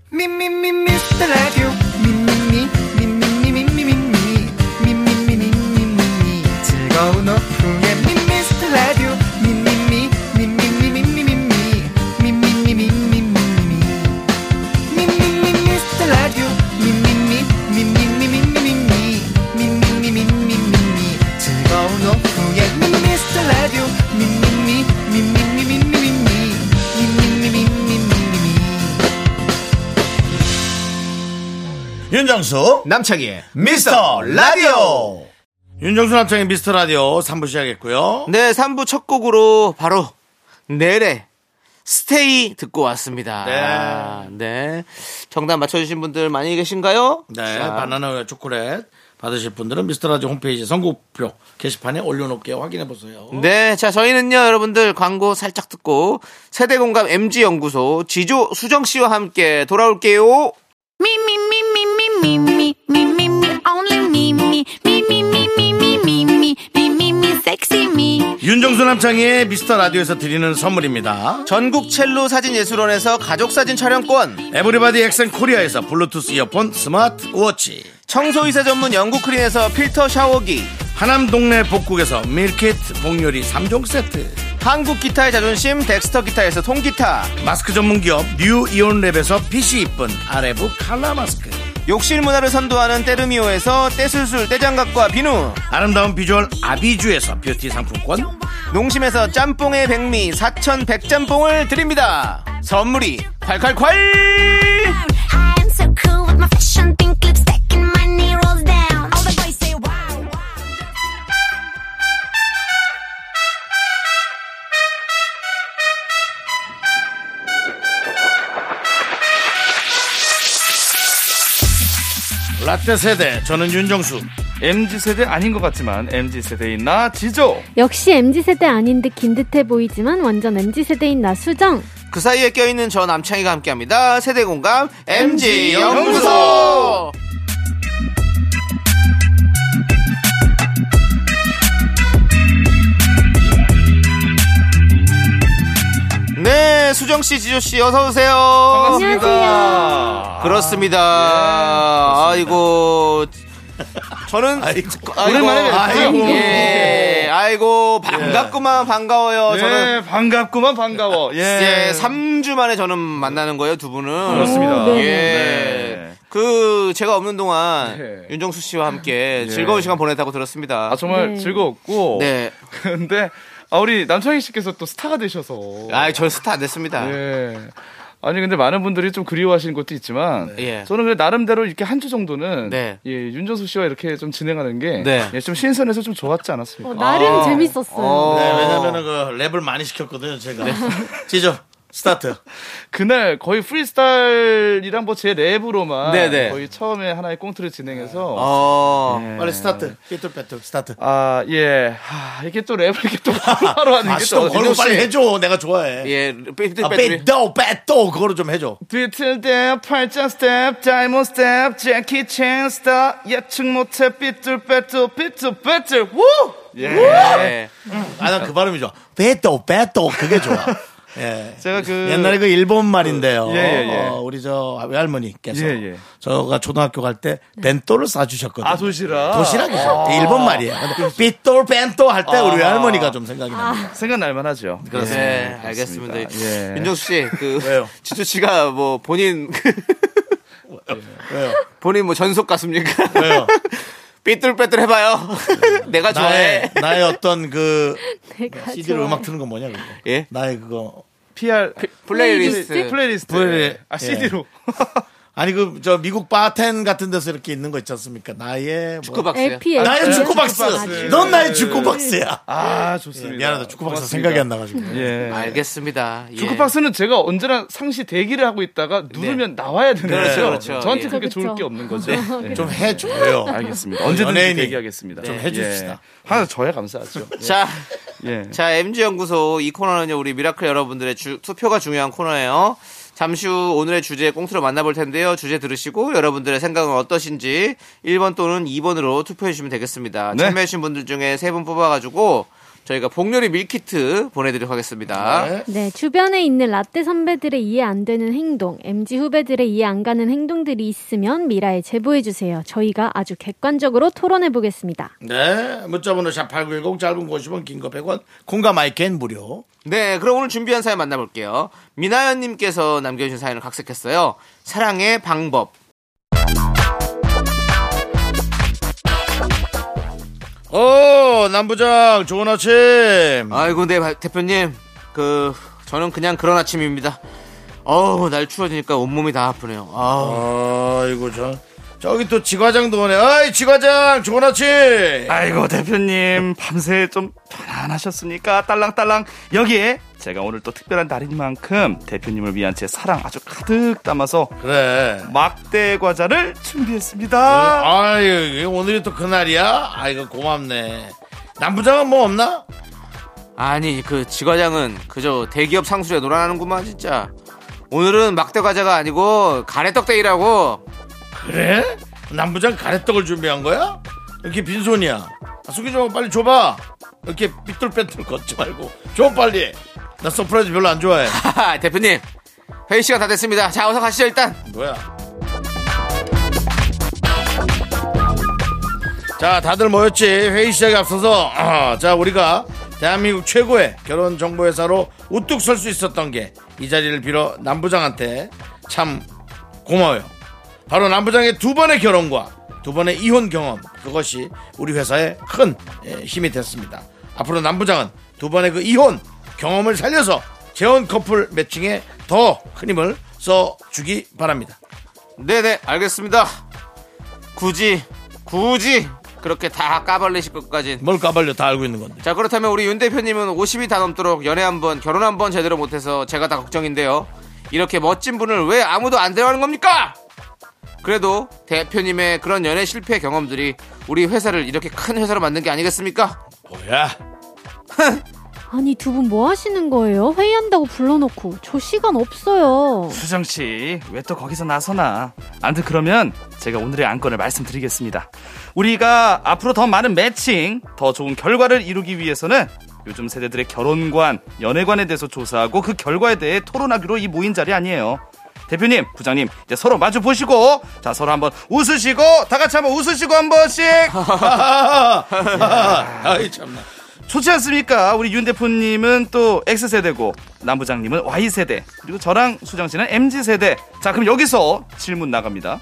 S4: 미미미 미스터 라디오 미미미 미미미 미미미 미미미 미미미 즐거운 오후에 미스터 라디오 미미미 미미미 미미미 미미미 미미미
S1: 윤정수
S2: 남창희의
S1: 미스터 라디오. 윤정수 남창의 미스터 라디오 3부 시작했고요.
S2: 네, 3부 첫 곡으로 바로 내래 스테이 듣고 왔습니다.
S1: 네.
S2: 아, 네. 정답 맞춰주신 분들 많이 계신가요?
S1: 네,
S2: 자,
S1: 바나나우유 초콜릿 받으실 분들은 미스터라디오 홈페이지 선곡표 게시판에 올려놓게 확인해 보세요.
S2: 네, 자 저희는요 여러분들 광고 살짝 듣고 세대공감 MG 연구소 지조 수정 씨와 함께 돌아올게요.
S3: Me, me, me, me, me, me, me, me, me, me, only me, me, me, me, me, me, me, me, me, me, me, me, sexy me.
S1: 윤정수 남창희의 미스터 라디오에서 드리는 선물입니다.
S2: 전국 첼로 사진 예술원에서 가족 사진 촬영권,
S1: 에브리바디 엑센 코리아에서 블루투스 이어폰 스마트 워치.
S2: 청소이사 전문 영국 크린에서 필터 샤워기,
S1: 하남 동네 복국에서 밀키트 복요리 3종 세트.
S2: 한국 기타의 자존심 덱스터 기타에서 통기타,
S1: 마스크 전문 기업 뉴 이온랩에서 핏이 이쁜 아레브 칼라 마스크.
S2: 욕실 문화를 선도하는 때르미오에서 떼술술 떼장갑과 비누
S1: 아름다운 비주얼 아비주에서 뷰티 상품권
S2: 농심에서 짬뽕의 백미 사천 백짬뽕을 드립니다 선물이 콸콸콸
S3: I am so cool with my fashion pink lipstick and my knee rolls down. All the boys say wow.
S1: 라떼 세대 저는 윤정수
S5: MZ세대 아닌 것 같지만 MZ세대인 나 지조
S6: 역시 MZ세대 아닌 듯 긴 듯해 보이지만 완전 MZ세대인 나 수정.
S2: 그 사이에 껴있는 저 남창희가 함께합니다. 세대공감 MG 연구소.
S1: 연구소!
S2: 네, 수정 씨, 지조 씨, 어서 오세요.
S6: 안녕하세요.
S2: 그렇습니다.
S5: 아, 네,
S2: 아이고. 저는
S1: 아이고.
S2: 아이고,
S5: 오랜만에 뵙죠.
S2: 아이고, 예, 아이고 반갑구만 반가워요. 저는
S5: 예, 반갑구만 반가워. 예.
S2: 예, 3주 만에 저는 만나는 거예요, 두 분은.
S5: 그렇습니다.
S6: 오, 네.
S2: 예.
S5: 네.
S2: 그 제가 없는 동안
S5: 네. 예.
S2: 윤정수 씨와 함께 즐거운 시간 보냈다고 들었습니다.
S5: 아 정말
S6: 네.
S5: 즐거웠고.
S2: 네.
S5: 근데 아 우리 남창희 씨께서 또 스타가 되셔서.
S2: 아, 저 스타 안 됐습니다.
S5: 예. 아니 근데 많은 분들이 좀 그리워하시는 것도 있지만
S2: 예.
S5: 저는 그 나름대로 이렇게 한 주 정도는
S2: 네.
S5: 예, 윤정수 씨와 이렇게 좀 진행하는 게
S2: 네.
S5: 예, 좀 신선해서 좀 좋았지 않았습니까?
S6: 어, 나름
S2: 아.
S6: 재밌었어요.
S2: 어.
S1: 네, 왜냐면은 그 랩을 많이 시켰거든요 제가 지죠 스타트
S5: 그날 거의 프리스타일이랑 뭐 제 랩으로만
S2: 네, 네.
S5: 거의 네. 처음에 하나의 꽁트를 진행해서
S2: 어.
S1: 빨리 스타트 삐뚤빼뚤 스타트
S5: 아, 예. 하, 이게 또 랩을 이렇게 또 바로바로 하는
S1: 아
S5: 게
S1: 시동
S5: 또.
S1: 걸고
S2: 윤정수
S1: 빨리
S2: 씨.
S1: 해줘 내가 좋아해
S2: 예. 빼-
S1: 아,
S2: 빼- 빼-
S1: 빼또 빼또 그거로 좀 해줘
S5: 뒤틀 때, 팔짱 스텝, 다이몬 스텝, 재키 챈 스타, 예측 못해, 삐뚤빼뚤, 삐뚤빼뚤, 우! 예.
S2: 예.
S1: 아 난 그 발음이 좋아 빼또 빼또 그게 좋아 예.
S5: 제가 그.
S1: 옛날에 그 일본 말인데요.
S5: 예, 예, 예.
S1: 어, 우리 저 외할머니께서
S5: 예, 예.
S1: 저가 초등학교 갈 때 벤또를 싸주셨거든요.
S5: 아, 도시락.
S1: 도시락이죠. 일본 말이에요. 근데 삐또 벤또 할 때 우리 외할머니가 좀
S6: 아.
S1: 생각이 납니다.
S5: 생각날만 하죠.
S2: 그렇습니다.
S5: 예,
S2: 네, 알겠습니다.
S5: 그렇습니다. 예.
S2: 윤정수 씨, 그
S1: 왜요?
S2: 지수 씨가 뭐 본인
S1: 왜요?
S2: 본인 뭐 전속 같습니까?
S1: 왜요?
S2: 삐뚤빼뚤 해봐요. 내가 좋아해.
S1: 나의 나의 어떤 그
S6: 내가
S1: CD로
S6: 좋아.
S1: 음악 트는 건 뭐냐 그거.
S2: 예?
S1: 나의 그거
S5: PR, 예.
S2: 플레이리스트.
S5: 그 플레이리스트.
S1: 플레이-
S5: 아,
S1: 예.
S5: CD로.
S1: 아니 그 저 미국 바텐 같은 데서 이렇게 있는 거 있지 않습니까? 나의 뭐-
S2: 축구박스요.
S6: LP, LP.
S5: 네.
S1: 나의 축구 박스.
S6: 아,
S1: 넌 나의 축구 박스야.
S5: 아,
S1: 예,
S5: 좋습니다.
S1: 미안하다. 축구 박스
S5: 고맙습니다.
S1: 생각이 안 나가지고.
S5: 예.
S2: 알겠습니다. 예.
S5: 주크박스는 제가 언제나 상시 대기를 하고 있다가 누르면 나와야 되는
S2: 그렇죠,
S5: 거죠.
S2: 그렇죠.
S5: 저한테
S2: 예.
S5: 네. 그게 좋을
S6: 그렇죠.
S5: 게 없는 거죠. 예.
S1: 좀 해줘요.
S5: 알겠습니다. 언제든지
S1: 연예인이
S5: 얘기하겠습니다. 예.
S1: 좀 해주시다.
S5: 하나 저야 감사하죠.
S2: 자,
S5: 예.
S2: 자, MG연구소 이 코너는요, 우리 미라클 여러분들의 주- 투표가 중요한 코너예요. 잠시 후 오늘의 주제 꽁트로 만나볼 텐데요. 주제 들으시고 여러분들의 생각은 어떠신지 1번 또는 2번으로 투표해주시면 되겠습니다.
S5: 네.
S2: 참여해주신 분들 중에 3분 뽑아가지고 저희가 복요리 밀키트 보내드리도록 하겠습니다.
S6: 네, 주변에 있는 라떼 선배들의 이해 안 되는 행동, MZ 후배들의 이해 안 가는 행동들이 있으면 미라에 제보해 주세요. 저희가 아주 객관적으로 토론해 보겠습니다.
S1: 네, 문자번호 샵8910 짧은 거 50원, 긴 거 100원, 공감 아이캔 무료.
S2: 네, 그럼 오늘 준비한 사연 만나볼게요. 미나연님께서 남겨주신 사연을 각색했어요. 사랑의 방법.
S1: 오, 남부장, 좋은 아침.
S2: 아이고, 네, 바- 대표님. 그, 저는 그냥 그런 아침입니다. 어우, 날 추워지니까 온몸이 다 아프네요. 아우.
S1: 아이고, 저, 저기 또 지과장도 오네. 아이, 지과장, 좋은 아침.
S5: 아이고 대표님 밤새 좀 편안하셨습니까? 딸랑딸랑 여기에 제가 오늘 또 특별한 날인 만큼 대표님을 위한 제 사랑 아주 가득 담아서
S1: 그래.
S5: 막대 과자를 준비했습니다.
S1: 아유, 이게 오늘이 또 그날이야? 아이고, 고맙네. 남부장은 뭐 없나?
S2: 아니 그 지과장은 그저 대기업 상술에 놀아나는구만 진짜 오늘은 막대 과자가 아니고 가래떡데이라고
S1: 그래? 예? 남부장 가래떡을 준비한 거야? 이렇게 빈손이야. 아, 숙이 좀 하고 빨리 줘봐. 이렇게 삐뚤빼뚤 걷지 말고. 줘, 빨리. 나 서프라이즈 별로 안 좋아해.
S2: 하하, 대표님 회의 시간 다 됐습니다 자 어서 가시죠 일단
S1: 뭐야? 자, 다들 모였지. 회의 시작에 앞서서 아, 자 우리가 대한민국 최고의 결혼 정보 회사로 우뚝 설 수 있었던 게 이 자리를 빌어 남부장한테 참 고마워요. 바로 남부장의 두 번의 결혼과 두 번의 이혼 경험 그것이 우리 회사의 큰 예, 힘이 됐습니다. 앞으로 남부장은 두 번의 그 이혼 경험을 살려서 재혼 커플 매칭에 더 큰 힘을 써 주기 바랍니다.
S2: 네네 알겠습니다. 굳이 굳이 그렇게 다 까발리실 것까진.
S1: 뭘 까발려 다 알고 있는 건데.
S2: 자 그렇다면 우리 윤 대표님은 50이 다 넘도록 연애 한 번, 결혼 한 번 제대로 못해서 제가 다 걱정인데요. 이렇게 멋진 분을 왜 아무도 안 대화하는 겁니까? 그래도 대표님의 그런 연애 실패 경험들이 우리 회사를 이렇게 큰 회사로 만든 게 아니겠습니까?
S1: 뭐야?
S6: 아니 두 분 뭐 하시는 거예요? 회의한다고 불러놓고 저 시간 없어요.
S5: 수정 씨, 왜 또 거기서 나서나? 아무튼 그러면 제가 오늘의 안건을 말씀드리겠습니다. 우리가 앞으로 더 많은 매칭, 더 좋은 결과를 이루기 위해서는 요즘 세대들의 결혼관, 연애관에 대해서 조사하고 그 결과에 대해 토론하기로 이 모인 자리 아니에요. 대표님, 부장님, 이제 서로 마주 보시고, 자, 서로 한번 웃으시고, 다 같이 한번 웃으시고 한 번씩!
S1: 아이 참나.
S5: 좋지 않습니까? 우리 윤 대표님은 또 X세대고 남부장님은 Y세대 그리고 저랑 수정씨는 MZ세대 자 그럼 여기서 질문 나갑니다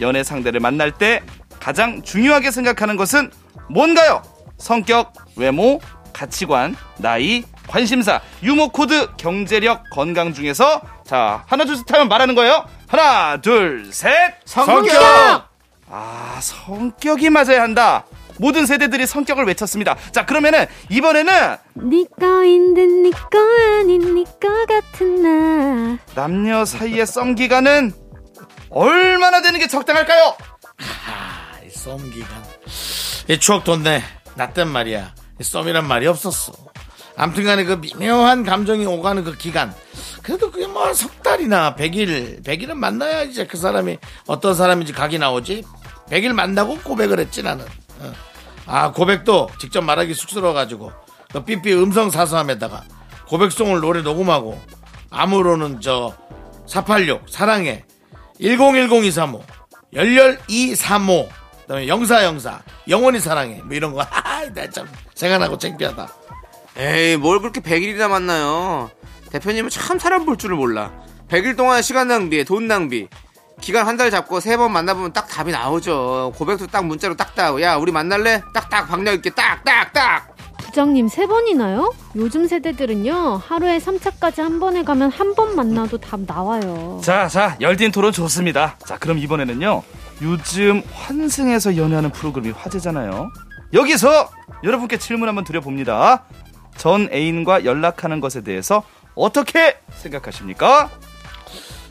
S5: 연애 상대를 만날 때 가장 중요하게 생각하는 것은 뭔가요? 성격, 외모, 가치관, 나이, 관심사, 유머 코드, 경제력, 건강 중에서 자 하나 둘셋 하면 말하는 거예요 하나 둘셋
S1: 성격!
S5: 아, 성격이 맞아야 한다. 모든 세대들이 성격을 외쳤습니다. 자, 그러면은 이번에는
S6: 니꺼인데 니꺼 아닌 니꺼 같은 나.
S5: 남녀 사이의 썸 기간은 얼마나 되는 게 적당할까요?
S1: 이 썸기간. 이 추억 돋네. 나 땐 말이야. 이 썸이란 말이 없었어. 암튼 간에 그 미묘한 감정이 오가는 그 기간. 그래도 그게 뭐 석 달이나 백일백일은 만나야 이제 그 사람이 어떤 사람인지 각이 나오지. 백일 만나고 고백을 했지 나는. 어. 아, 고백도 직접 말하기 쑥스러워가지고. 그 삐삐 음성 사서함에다가 고백송을 노래 녹음하고 암으로는 저 486, 사랑해. 1010-235, 열렬 235, 그다음에 영사 영사, 영원히 사랑해. 뭐 이런 거. 아, 나참 생각나고 창피하다.
S2: 에이 뭘 그렇게 100일이나 만나요 대표님은 참 사람 볼 줄을 몰라 100일 동안 시간 낭비에 돈 낭비 기간 한 달 잡고 세 번 만나보면 딱 답이 나오죠 고백도 딱 문자로 딱딱 야 우리 만날래? 딱딱 박력 있게 딱딱딱
S6: 부장님 세 번이나요? 요즘 세대들은요 하루에 3차까지 한 번에 가면 한 번 만나도 답 나와요.
S5: 자, 자, 열띤 토론 좋습니다. 자, 그럼 이번에는요. 요즘 환승에서 연애하는 프로그램이 화제잖아요. 여기서 여러분께 질문 한번 드려봅니다. 전 애인과 연락하는 것에 대해서 어떻게 생각하십니까?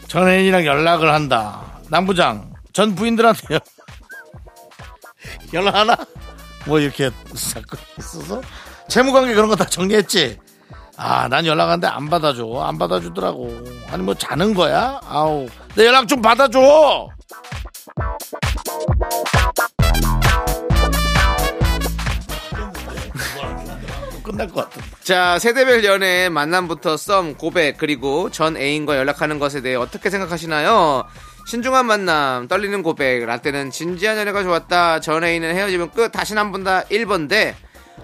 S1: 전 애인이랑 연락을 한다. 남부장, 전 부인들한테 연락하나? 뭐 이렇게 사건 있어서 채무관계 그런 거 다 정리했지. 아, 난 연락하는데 안 받아줘. 안 받아주더라고. 아니 뭐 자는 거야? 아우, 내 연락 좀 받아줘. 끝날 것 같은데.
S2: 자 세대별 연애 만남부터 썸 고백 그리고 전 애인과 연락하는 것에 대해 어떻게 생각하시나요? 신중한 만남 떨리는 고백 라떼는 진지한 연애가 좋았다 전 애인은 헤어지면 끝 다신 안 본다 1번데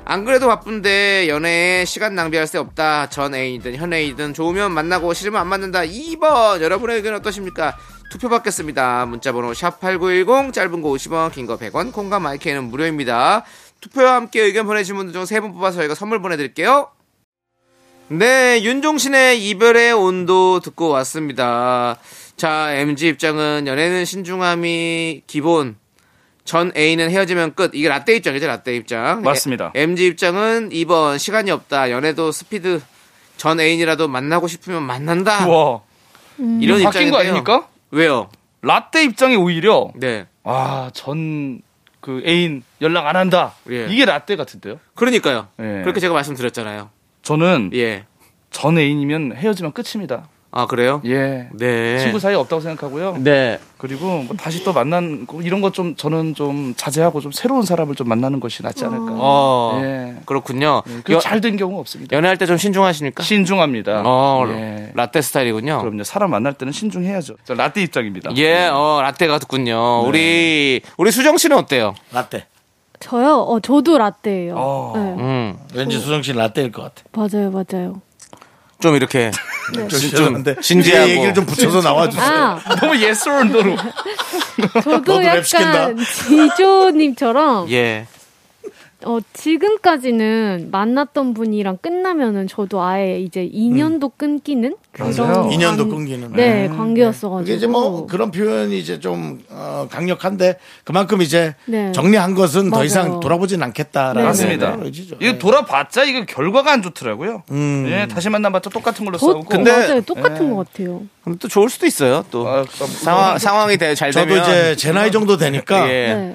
S2: 안 그래도 바쁜데 연애에 시간 낭비할 새 없다 전 애인이든 현 애인이든 좋으면 만나고 싫으면 안 만난다 2번 여러분의 의견 어떠십니까? 투표 받겠습니다 문자번호 샵8910 짧은 거 50원 긴 거 100원 콩과 마이크는 무료입니다 투표와 함께 의견 보내주신 분들 중 세 분 뽑아서 저희가 선물 보내드릴게요 네, 윤종신의 이별의 온도 듣고 왔습니다. 자, MG 입장은 연애는 신중함이 기본. 전 A는 헤어지면 끝. 이게 라떼 입장이죠, 라떼 입장.
S5: 맞습니다.
S2: 예, MG 입장은 2번 시간이 없다. 연애도 스피드. 전 애인이라도 만나고 싶으면 만난다.
S5: 우와.
S2: 이런 입장인데요.
S5: 바뀐 거 아닙니까?
S2: 왜요?
S5: 라떼 입장이 오히려
S2: 네.
S5: 아, 전 그 애인 연락 안 한다.
S2: 예.
S5: 이게 라떼 같은데요?
S2: 그러니까요.
S5: 예.
S2: 그렇게 제가 말씀드렸잖아요.
S5: 저는
S2: 예.
S5: 전 애인이면 헤어지면 끝입니다.
S2: 아, 그래요?
S5: 예.
S2: 네.
S5: 친구 사이 없다고 생각하고요.
S2: 네.
S5: 그리고 뭐 다시 또 만난 거 이런 것 좀 저는 좀 자제하고 좀 새로운 사람을 좀 만나는 것이 낫지 않을까.
S2: 어.
S5: 예.
S2: 그렇군요. 여-
S5: 잘된 경우 없습니다.
S2: 연애할 때 좀 신중하십니까?
S1: 아,
S5: 신중합니다.
S2: 어,
S5: 예.
S2: 라떼 스타일이군요.
S5: 그럼요. 사람 만날 때는 신중해야죠. 저 라떼 입장입니다.
S2: 예, 어, 라떼가
S1: 네.
S2: 듣군요. 우리, 우리 수정 씨는 어때요?
S1: 라떼.
S6: 저요? 어 저도 라떼예요.
S5: 어.
S6: 네,
S2: 음.
S1: 왠지 수정 씨 라떼일 것 같아.
S6: 맞아요, 맞아요.
S2: 좀 이렇게 진- 좀
S1: 네. 죄송한데
S2: 진지하고.
S1: 이 얘기를 좀 붙여서 나와주세요.
S6: 아,
S5: 너무 yes or no로.
S1: 너도
S6: 저도
S1: 랩 시킨다.
S6: 약간 지조님처럼
S2: 예.
S6: 어, 지금까지는 만났던 분이랑 끝나면은 저도 아예 이제 인연도 끊기는 그런
S1: 음. 맞아요. 인연도
S6: 관-
S1: 끊기는.
S6: 네
S1: 음.
S6: 관계였어가지고
S1: 그게 이제 뭐 그런 표현이 이제 좀 어, 강력한데 그만큼 이제
S6: 네.
S1: 정리한 것은 더
S6: 맞아요.
S1: 이상 돌아보진 않겠다라는
S6: 네.
S5: 맞습니다.
S1: 그런 의지죠.
S5: 이거
S1: 네.
S5: 돌아봤자 이거 결과가 안 좋더라고요.
S2: 음.
S5: 예, 다시 만나봤자 똑같은 걸로
S6: 저,
S5: 싸우고.
S6: 근데 맞아요 똑같은
S1: 네.
S6: 것 같아요.
S2: 그럼 또 좋을 수도 있어요. 또
S5: 아, 또
S2: 상황 상황이 돼- 잘
S1: 저도
S2: 되면
S1: 이제 제 나이 정도 되니까
S2: 예.
S6: 네.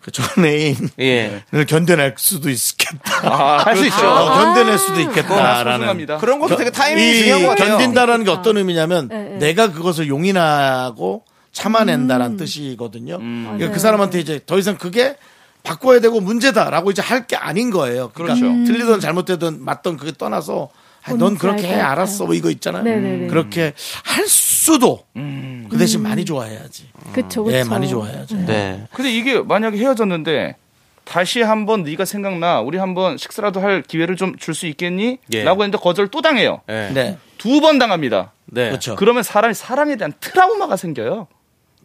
S1: 그전 애인을
S2: 예.
S1: 견뎌낼 수도 있겠다.
S2: 아,
S5: 그렇죠.
S2: 할 수 있죠.
S1: 어, 견뎌낼
S6: 아.
S1: 수도
S5: 합니
S1: 있겠다라는.
S5: 다
S2: 그런 것도 되게 타이밍이
S1: 이
S2: 중요한 것 같아요.
S1: 견딘다라는 게 어떤 의미냐면
S6: 네, 네.
S1: 내가 그것을 용인하고 참아낸다라는 뜻이거든요. 그러니까
S6: 맞아요.
S1: 그 사람한테 이제 더 이상 그게 바꿔야 되고 문제다라고 이제 할 게 아닌 거예요. 그러니까
S5: 그렇죠.
S1: 들리든 잘못되든 맞든 그게 떠나서 아, 넌
S6: 뭔지
S1: 그렇게
S6: 알것
S1: 해
S6: 같아요.
S1: 알았어 뭐 이거 있잖아요.
S6: 네, 네, 네.
S1: 그렇게 할 수도 그 대신 많이 좋아해야지.
S6: 그쵸 그쵸.
S1: 예, 많이 좋아해야죠.
S2: 네.
S5: 근데 이게 만약에 헤어졌는데 다시 한번 네가 생각나 우리 한번 식사라도 할 기회를 좀 줄 수 있겠니?
S2: 예.
S5: 라고 했는데 거절 또 당해요.
S2: 네.
S1: 네,
S5: 두 번 당합니다.
S2: 네.
S1: 그렇죠.
S5: 그러면 사람이 사랑에 대한 트라우마가 생겨요.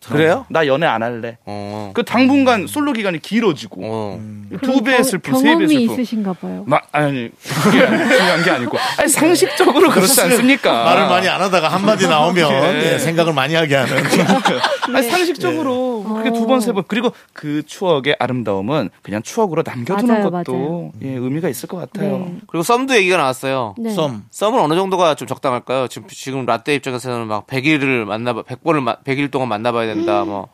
S2: 그래요?
S5: 나 연애 안 할래.
S2: 어.
S5: 그 당분간 솔로 기간이 길어지고
S2: 어.
S1: 음.
S5: 두 배의 슬픔, 세 배의
S6: 경험이
S5: 슬픔.
S6: 있으신가 봐요.
S5: 마, 아니 그게 중요한 게 아니고 아니, 상식적으로 그렇지 않습니까?
S1: 말을 많이 안 하다가 한마디 나오면
S5: 네.
S1: 예, 생각을 많이 하게 하는.
S5: 아니, 상식적으로
S6: 네.
S5: 그렇게 두
S6: 어.
S5: 번 세 번 그리고 그 추억의 아름다움은 그냥 추억으로 남겨두는
S6: 맞아요,
S5: 것도 예, 의미가 있을 것 같아요.
S6: 네.
S2: 그리고 썸도 얘기가 나왔어요.
S6: 네.
S1: 썸.
S2: 썸은 어느 정도가 좀 적당할까요? 지금 지금 라떼 입장에서는 막 100일을 만나 100번을 마, 100일 동안 만나봐야 된다. 뭐.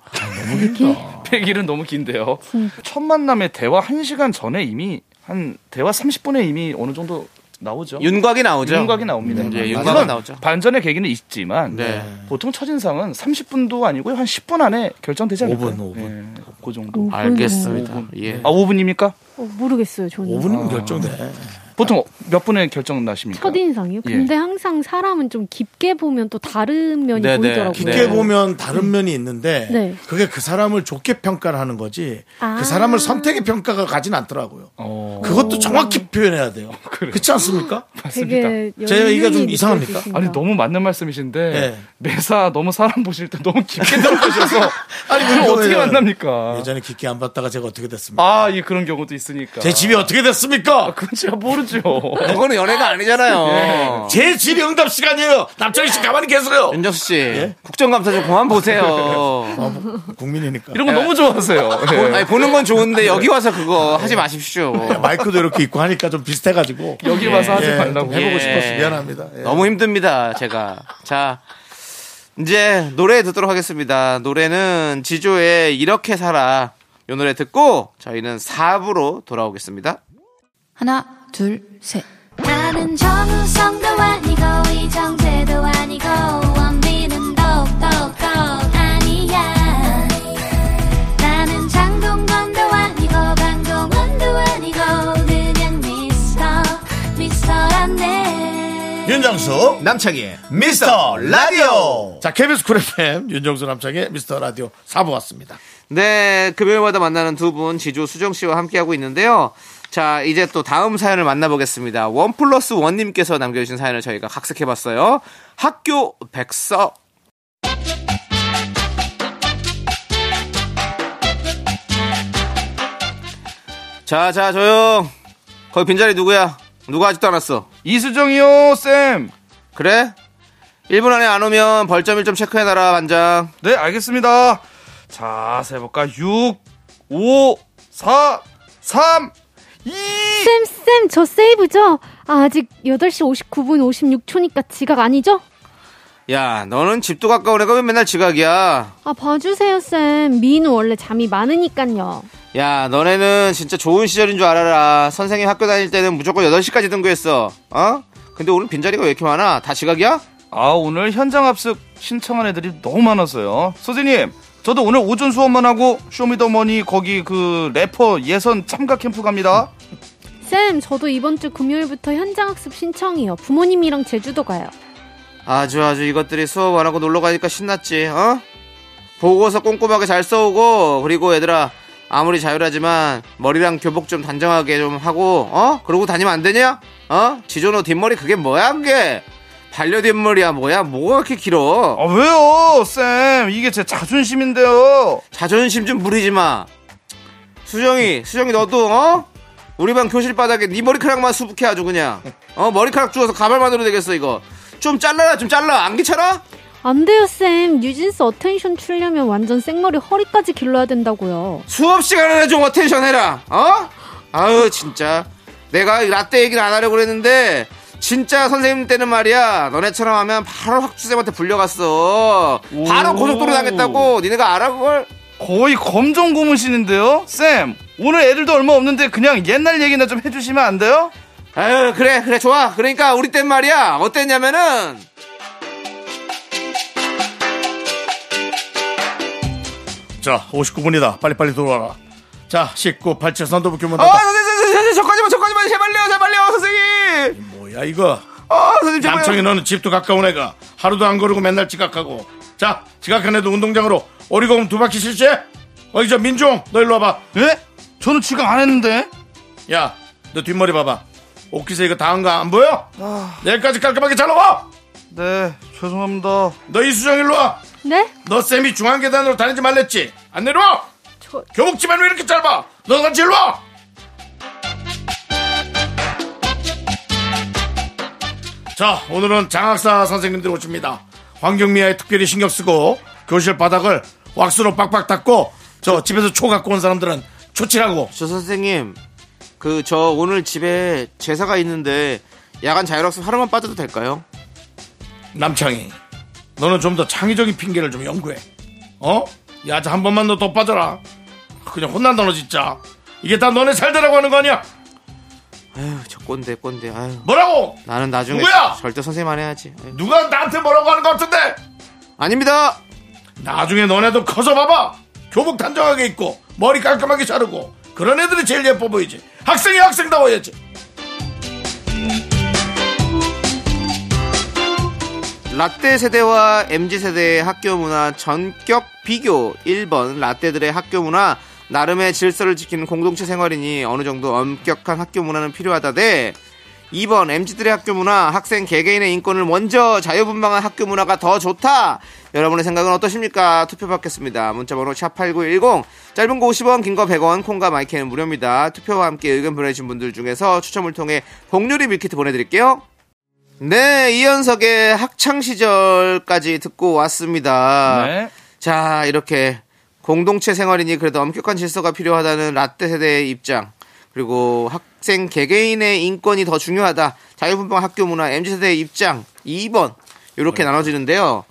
S5: 100일은 아. 너무 긴데요.
S6: 진짜.
S5: 첫 만남의 대화 1시간 전에 이미 한 대화 30분에 이미 어느 정도 나오죠.
S2: 윤곽이 나오죠.
S5: 윤곽이 나옵니다.
S2: 음,
S1: 네.
S2: 예, 윤곽은
S5: 물론
S2: 나오죠.
S5: 반전의 계기는 있지만
S2: 네.
S5: 보통 첫인상은 30분도 아니고 한 10분 안에 결정되지 않을까요?
S1: 5분, 5분.
S5: 예, 그 정도.
S1: 아,
S6: 음.
S2: 알겠습니다. 예.
S5: 아, 5분입니까?
S6: 어, 모르겠어요 저는.
S1: 5분은 결정돼.
S5: 보통
S1: 아.
S5: 몇 분에 결정 나십니까?
S6: 첫인상이요?
S5: 예.
S6: 근데 항상 사람은 좀 깊게 보면 또 다른 면이
S2: 네, 네.
S6: 보이더라고요.
S1: 깊게 보면
S5: 음.
S1: 다른 면이 있는데
S6: 네.
S1: 그게 그 사람을 좋게 평가를 하는 거지
S6: 아.
S1: 그 사람을 선택의 평가가 가진 않더라고요.
S5: 어. 아,
S1: 그것도 정확히 표현해야 돼요. 그렇지 않습니까?
S6: 되게
S1: 제
S6: 연륜이
S1: 얘기가 좀 이상합니까?
S6: 느껴지신다.
S5: 아니 너무 맞는 말씀이신데
S1: 네.
S5: 매사 너무 사람 보실 때 너무 깊게 들어보셔서
S1: 아니,
S5: 그럼
S1: 그거는
S5: 어떻게 만납니까?
S1: 예전에 깊게 안 봤다가 제가 어떻게 됐습니까?
S5: 아, 예, 그런 경우도 있으니까.
S1: 제 집이 어떻게 됐습니까?
S5: 그건 제가 모르죠.
S2: 그거는 연애가 아니잖아요.
S1: 제 집이 응답 시간이에요. 남창희 씨 가만히 계세요.
S2: 윤정수 씨,
S1: 네.
S2: 국정감사 좀 그만 보세요.
S1: 국민이니까.
S5: 이런 거 너무 좋아하세요.
S1: 뭐, 네.
S5: 예.
S2: 아니, 보는 건 좋은데 여기 와서 그거 하지 마십시오.
S1: 마이크도 이렇게 있고 하니까 좀 비슷해가지고
S5: 여기 와서 하지
S1: 예,
S5: 말라고.
S1: 좀 해보고
S2: 예.
S1: 싶어서 미안합니다. 예.
S2: 너무 힘듭니다, 제가. 자, 이제 노래 듣도록 하겠습니다. 노래는 지조의 이렇게 살아. 이 노래 듣고 저희는 4부로 돌아오겠습니다.
S7: 하나, 둘, 셋.
S3: 나는 정우성도 아니고 이정재도 아니고 원빈은 더욱더 아니야 나는 장동건도 아니고 강동원도 아니고 그냥 미스터 미스터란데
S1: 윤정수
S2: 남창희의
S1: 미스터 라디오. 자 KBS 쿨 FM 윤정수 남창의 미스터 라디오 사부 왔습니다.
S2: 네, 금요일마다 만나는 두 분, 지조, 수정 씨와 함께하고 있는데요. 자, 이제 또 다음 사연을 만나보겠습니다. 원 플러스 원님께서 남겨주신 사연을 저희가 각색해봤어요. 학교 백서. 자, 자, 조용. 거기 빈자리 누구야? 누가 아직도 안 왔어?
S5: 이수정이요, 쌤.
S2: 그래? 1분 안에 안 오면 벌점 1점 체크해놔라, 반장.
S5: 네, 알겠습니다. 자, 세볼까? 6, 5, 4, 3, 2.
S6: 쌤쌤 저 세이브죠? 아, 아직 8시 59분 56초니까 지각 아니죠?
S2: 야, 너는 집도 가까운 애가 왜 맨날 지각이야?
S6: 아 봐주세요 쌤 미인은 원래 잠이 많으니깐요
S2: 야, 너네는 진짜 좋은 시절인 줄 알아라. 선생님 학교 다닐 때는 무조건 8시까지 등교했어. 어? 근데 오늘 빈자리가 왜 이렇게 많아? 다 지각이야?
S5: 아, 오늘 현장 합숙 신청한 애들이 너무 많았어요. 선생님, 저도 오늘 오전 수업만 하고 쇼미더머니 거기 그 래퍼 예선 참가 캠프 갑니다.
S6: 쌤 저도 이번 주 금요일부터 현장학습 신청이요 부모님이랑 제주도 가요
S2: 아주 아주 이것들이 수업 안 하고 놀러 가니까 신났지. 어? 보고서 꼼꼼하게 잘 써오고 그리고 얘들아 아무리 자유라지만 머리랑 교복 좀 단정하게 좀 하고 어? 그러고 다니면 안 되냐? 어? 지존호 뒷머리 그게 뭐야 그게? 반려 뒷머리야 뭐야? 뭐가 그렇게 길어?
S5: 아 왜요 쌤 이게 제 자존심인데요
S2: 자존심 좀 부리지 마. 수정이, 수정이 너도 어? 우리 반 교실 바닥에 네 머리카락만 수북해 아주 그냥. 어 머리카락 주워서 가발만으로 되겠어 이거. 좀 잘라라 좀 잘라 안 귀찮아?
S6: 안 돼요, 쌤. 뉴진스 어텐션 추려면 완전 생머리 허리까지 길러야 된다고요.
S2: 수업 시간에 좀 어텐션 해라. 어? 아유 진짜 내가 이 라떼 얘기를 안 하려고 그랬는데 진짜 선생님 때는 말이야 너네처럼 하면 바로 학주쌤한테 불려갔어. 바로
S5: 오.
S2: 고속도로 당했다고 니네가 알아 그걸?
S5: 거의 검정 고무신인데요 쌤 오늘 애들도 얼마 없는데 그냥 옛날 얘기나 좀 해주시면 안 돼요?
S2: 아유 그래 그래 좋아 그러니까 우리 땐 말이야 어땠냐면은
S1: 자, 59분이다. 빨리빨리 돌아와라. 자, 19, 87 선도부 규모
S2: 아,
S5: 어?
S1: 다
S2: 선생님, 선생님, 선생님, 저까지만, 저까지만, 제발요, 제발요, 선생님.
S1: 뭐야, 이거.
S2: 아, 선생님, 제발요.
S1: 남청이 너는 집도 가까운 애가 하루도 안 거르고 맨날 지각하고 자 지각한 애도 운동장으로 오리공 두 바퀴 실시해 어이 저 민종 너 일로 와봐
S5: 예? 저는 지각 안 했는데
S1: 야 너 뒷머리 봐봐 옷깃에 이거 다한 거 안 보여?
S2: 아.
S1: 내일까지 깔끔하게 잘 나와
S5: 네 죄송합니다
S1: 너 이수정 일로 와너
S6: 네?
S1: 쌤이 중앙 계단으로 다니지 말랬지 안 내려와
S6: 저-
S1: 교복 집안 왜 이렇게 짧아 너 같이 일로 와 자, 오늘은 장학사 선생님들 오십니다. 환경미화에 특별히 신경 쓰고 교실 바닥을 왁스로 빡빡 닦고 저 집에서 초 갖고 온 사람들은 초치라고.
S2: 저 선생님, 그 저 오늘 집에 제사가 있는데 야간 자율학습 하루만 빠져도 될까요?
S1: 남창희, 너는 좀 더 창의적인 핑계를 좀 연구해. 어? 야, 자, 한 번만 너 더 빠져라. 그냥 혼난다, 너 진짜. 이게 다 너네 살다라고 하는 거 아니야?
S2: 아유, 저 꼰대, 꼰대. 아유,
S1: 뭐라고?
S2: 나는 나중에
S1: 누구야?
S2: 절대 선생님 안 해야지. 아유.
S1: 누가 나한테 뭐라고 하는 것 같은데?
S2: 아닙니다.
S1: 나중에 너네도 커서 봐봐. 교복 단정하게 입고 머리 깔끔하게 자르고 그런 애들이 제일 예뻐 보이지. 학생이 학생다워야지.
S2: 라떼 세대와 MZ 세대의 학교 문화 전격 비교 1번 라떼들의 학교 문화 나름의 질서를 지키는 공동체 생활이니 어느 정도 엄격한 학교 문화는 필요하다 대 2번 MZ들의 학교 문화 학생 개개인의 인권을 먼저 자유분방한 학교 문화가 더 좋다 여러분의 생각은 어떠십니까 투표 받겠습니다 문자번호 샵8910 짧은 거 50원 긴 거 100원 콩과 마이크는 무료입니다 투표와 함께 의견 보내주신 분들 중에서 추첨을 통해 복요리 밀키트 보내드릴게요 네, 이현석의 학창 시절까지 듣고 왔습니다.
S5: 네.
S2: 자, 이렇게 공동체 생활이니 그래도 엄격한 질서가 필요하다는 라떼 세대의 입장. 그리고 학생 개개인의 인권이 더 중요하다. 자유분방 학교 문화 MZ 세대의 입장 2번. 이렇게 나눠지는데요.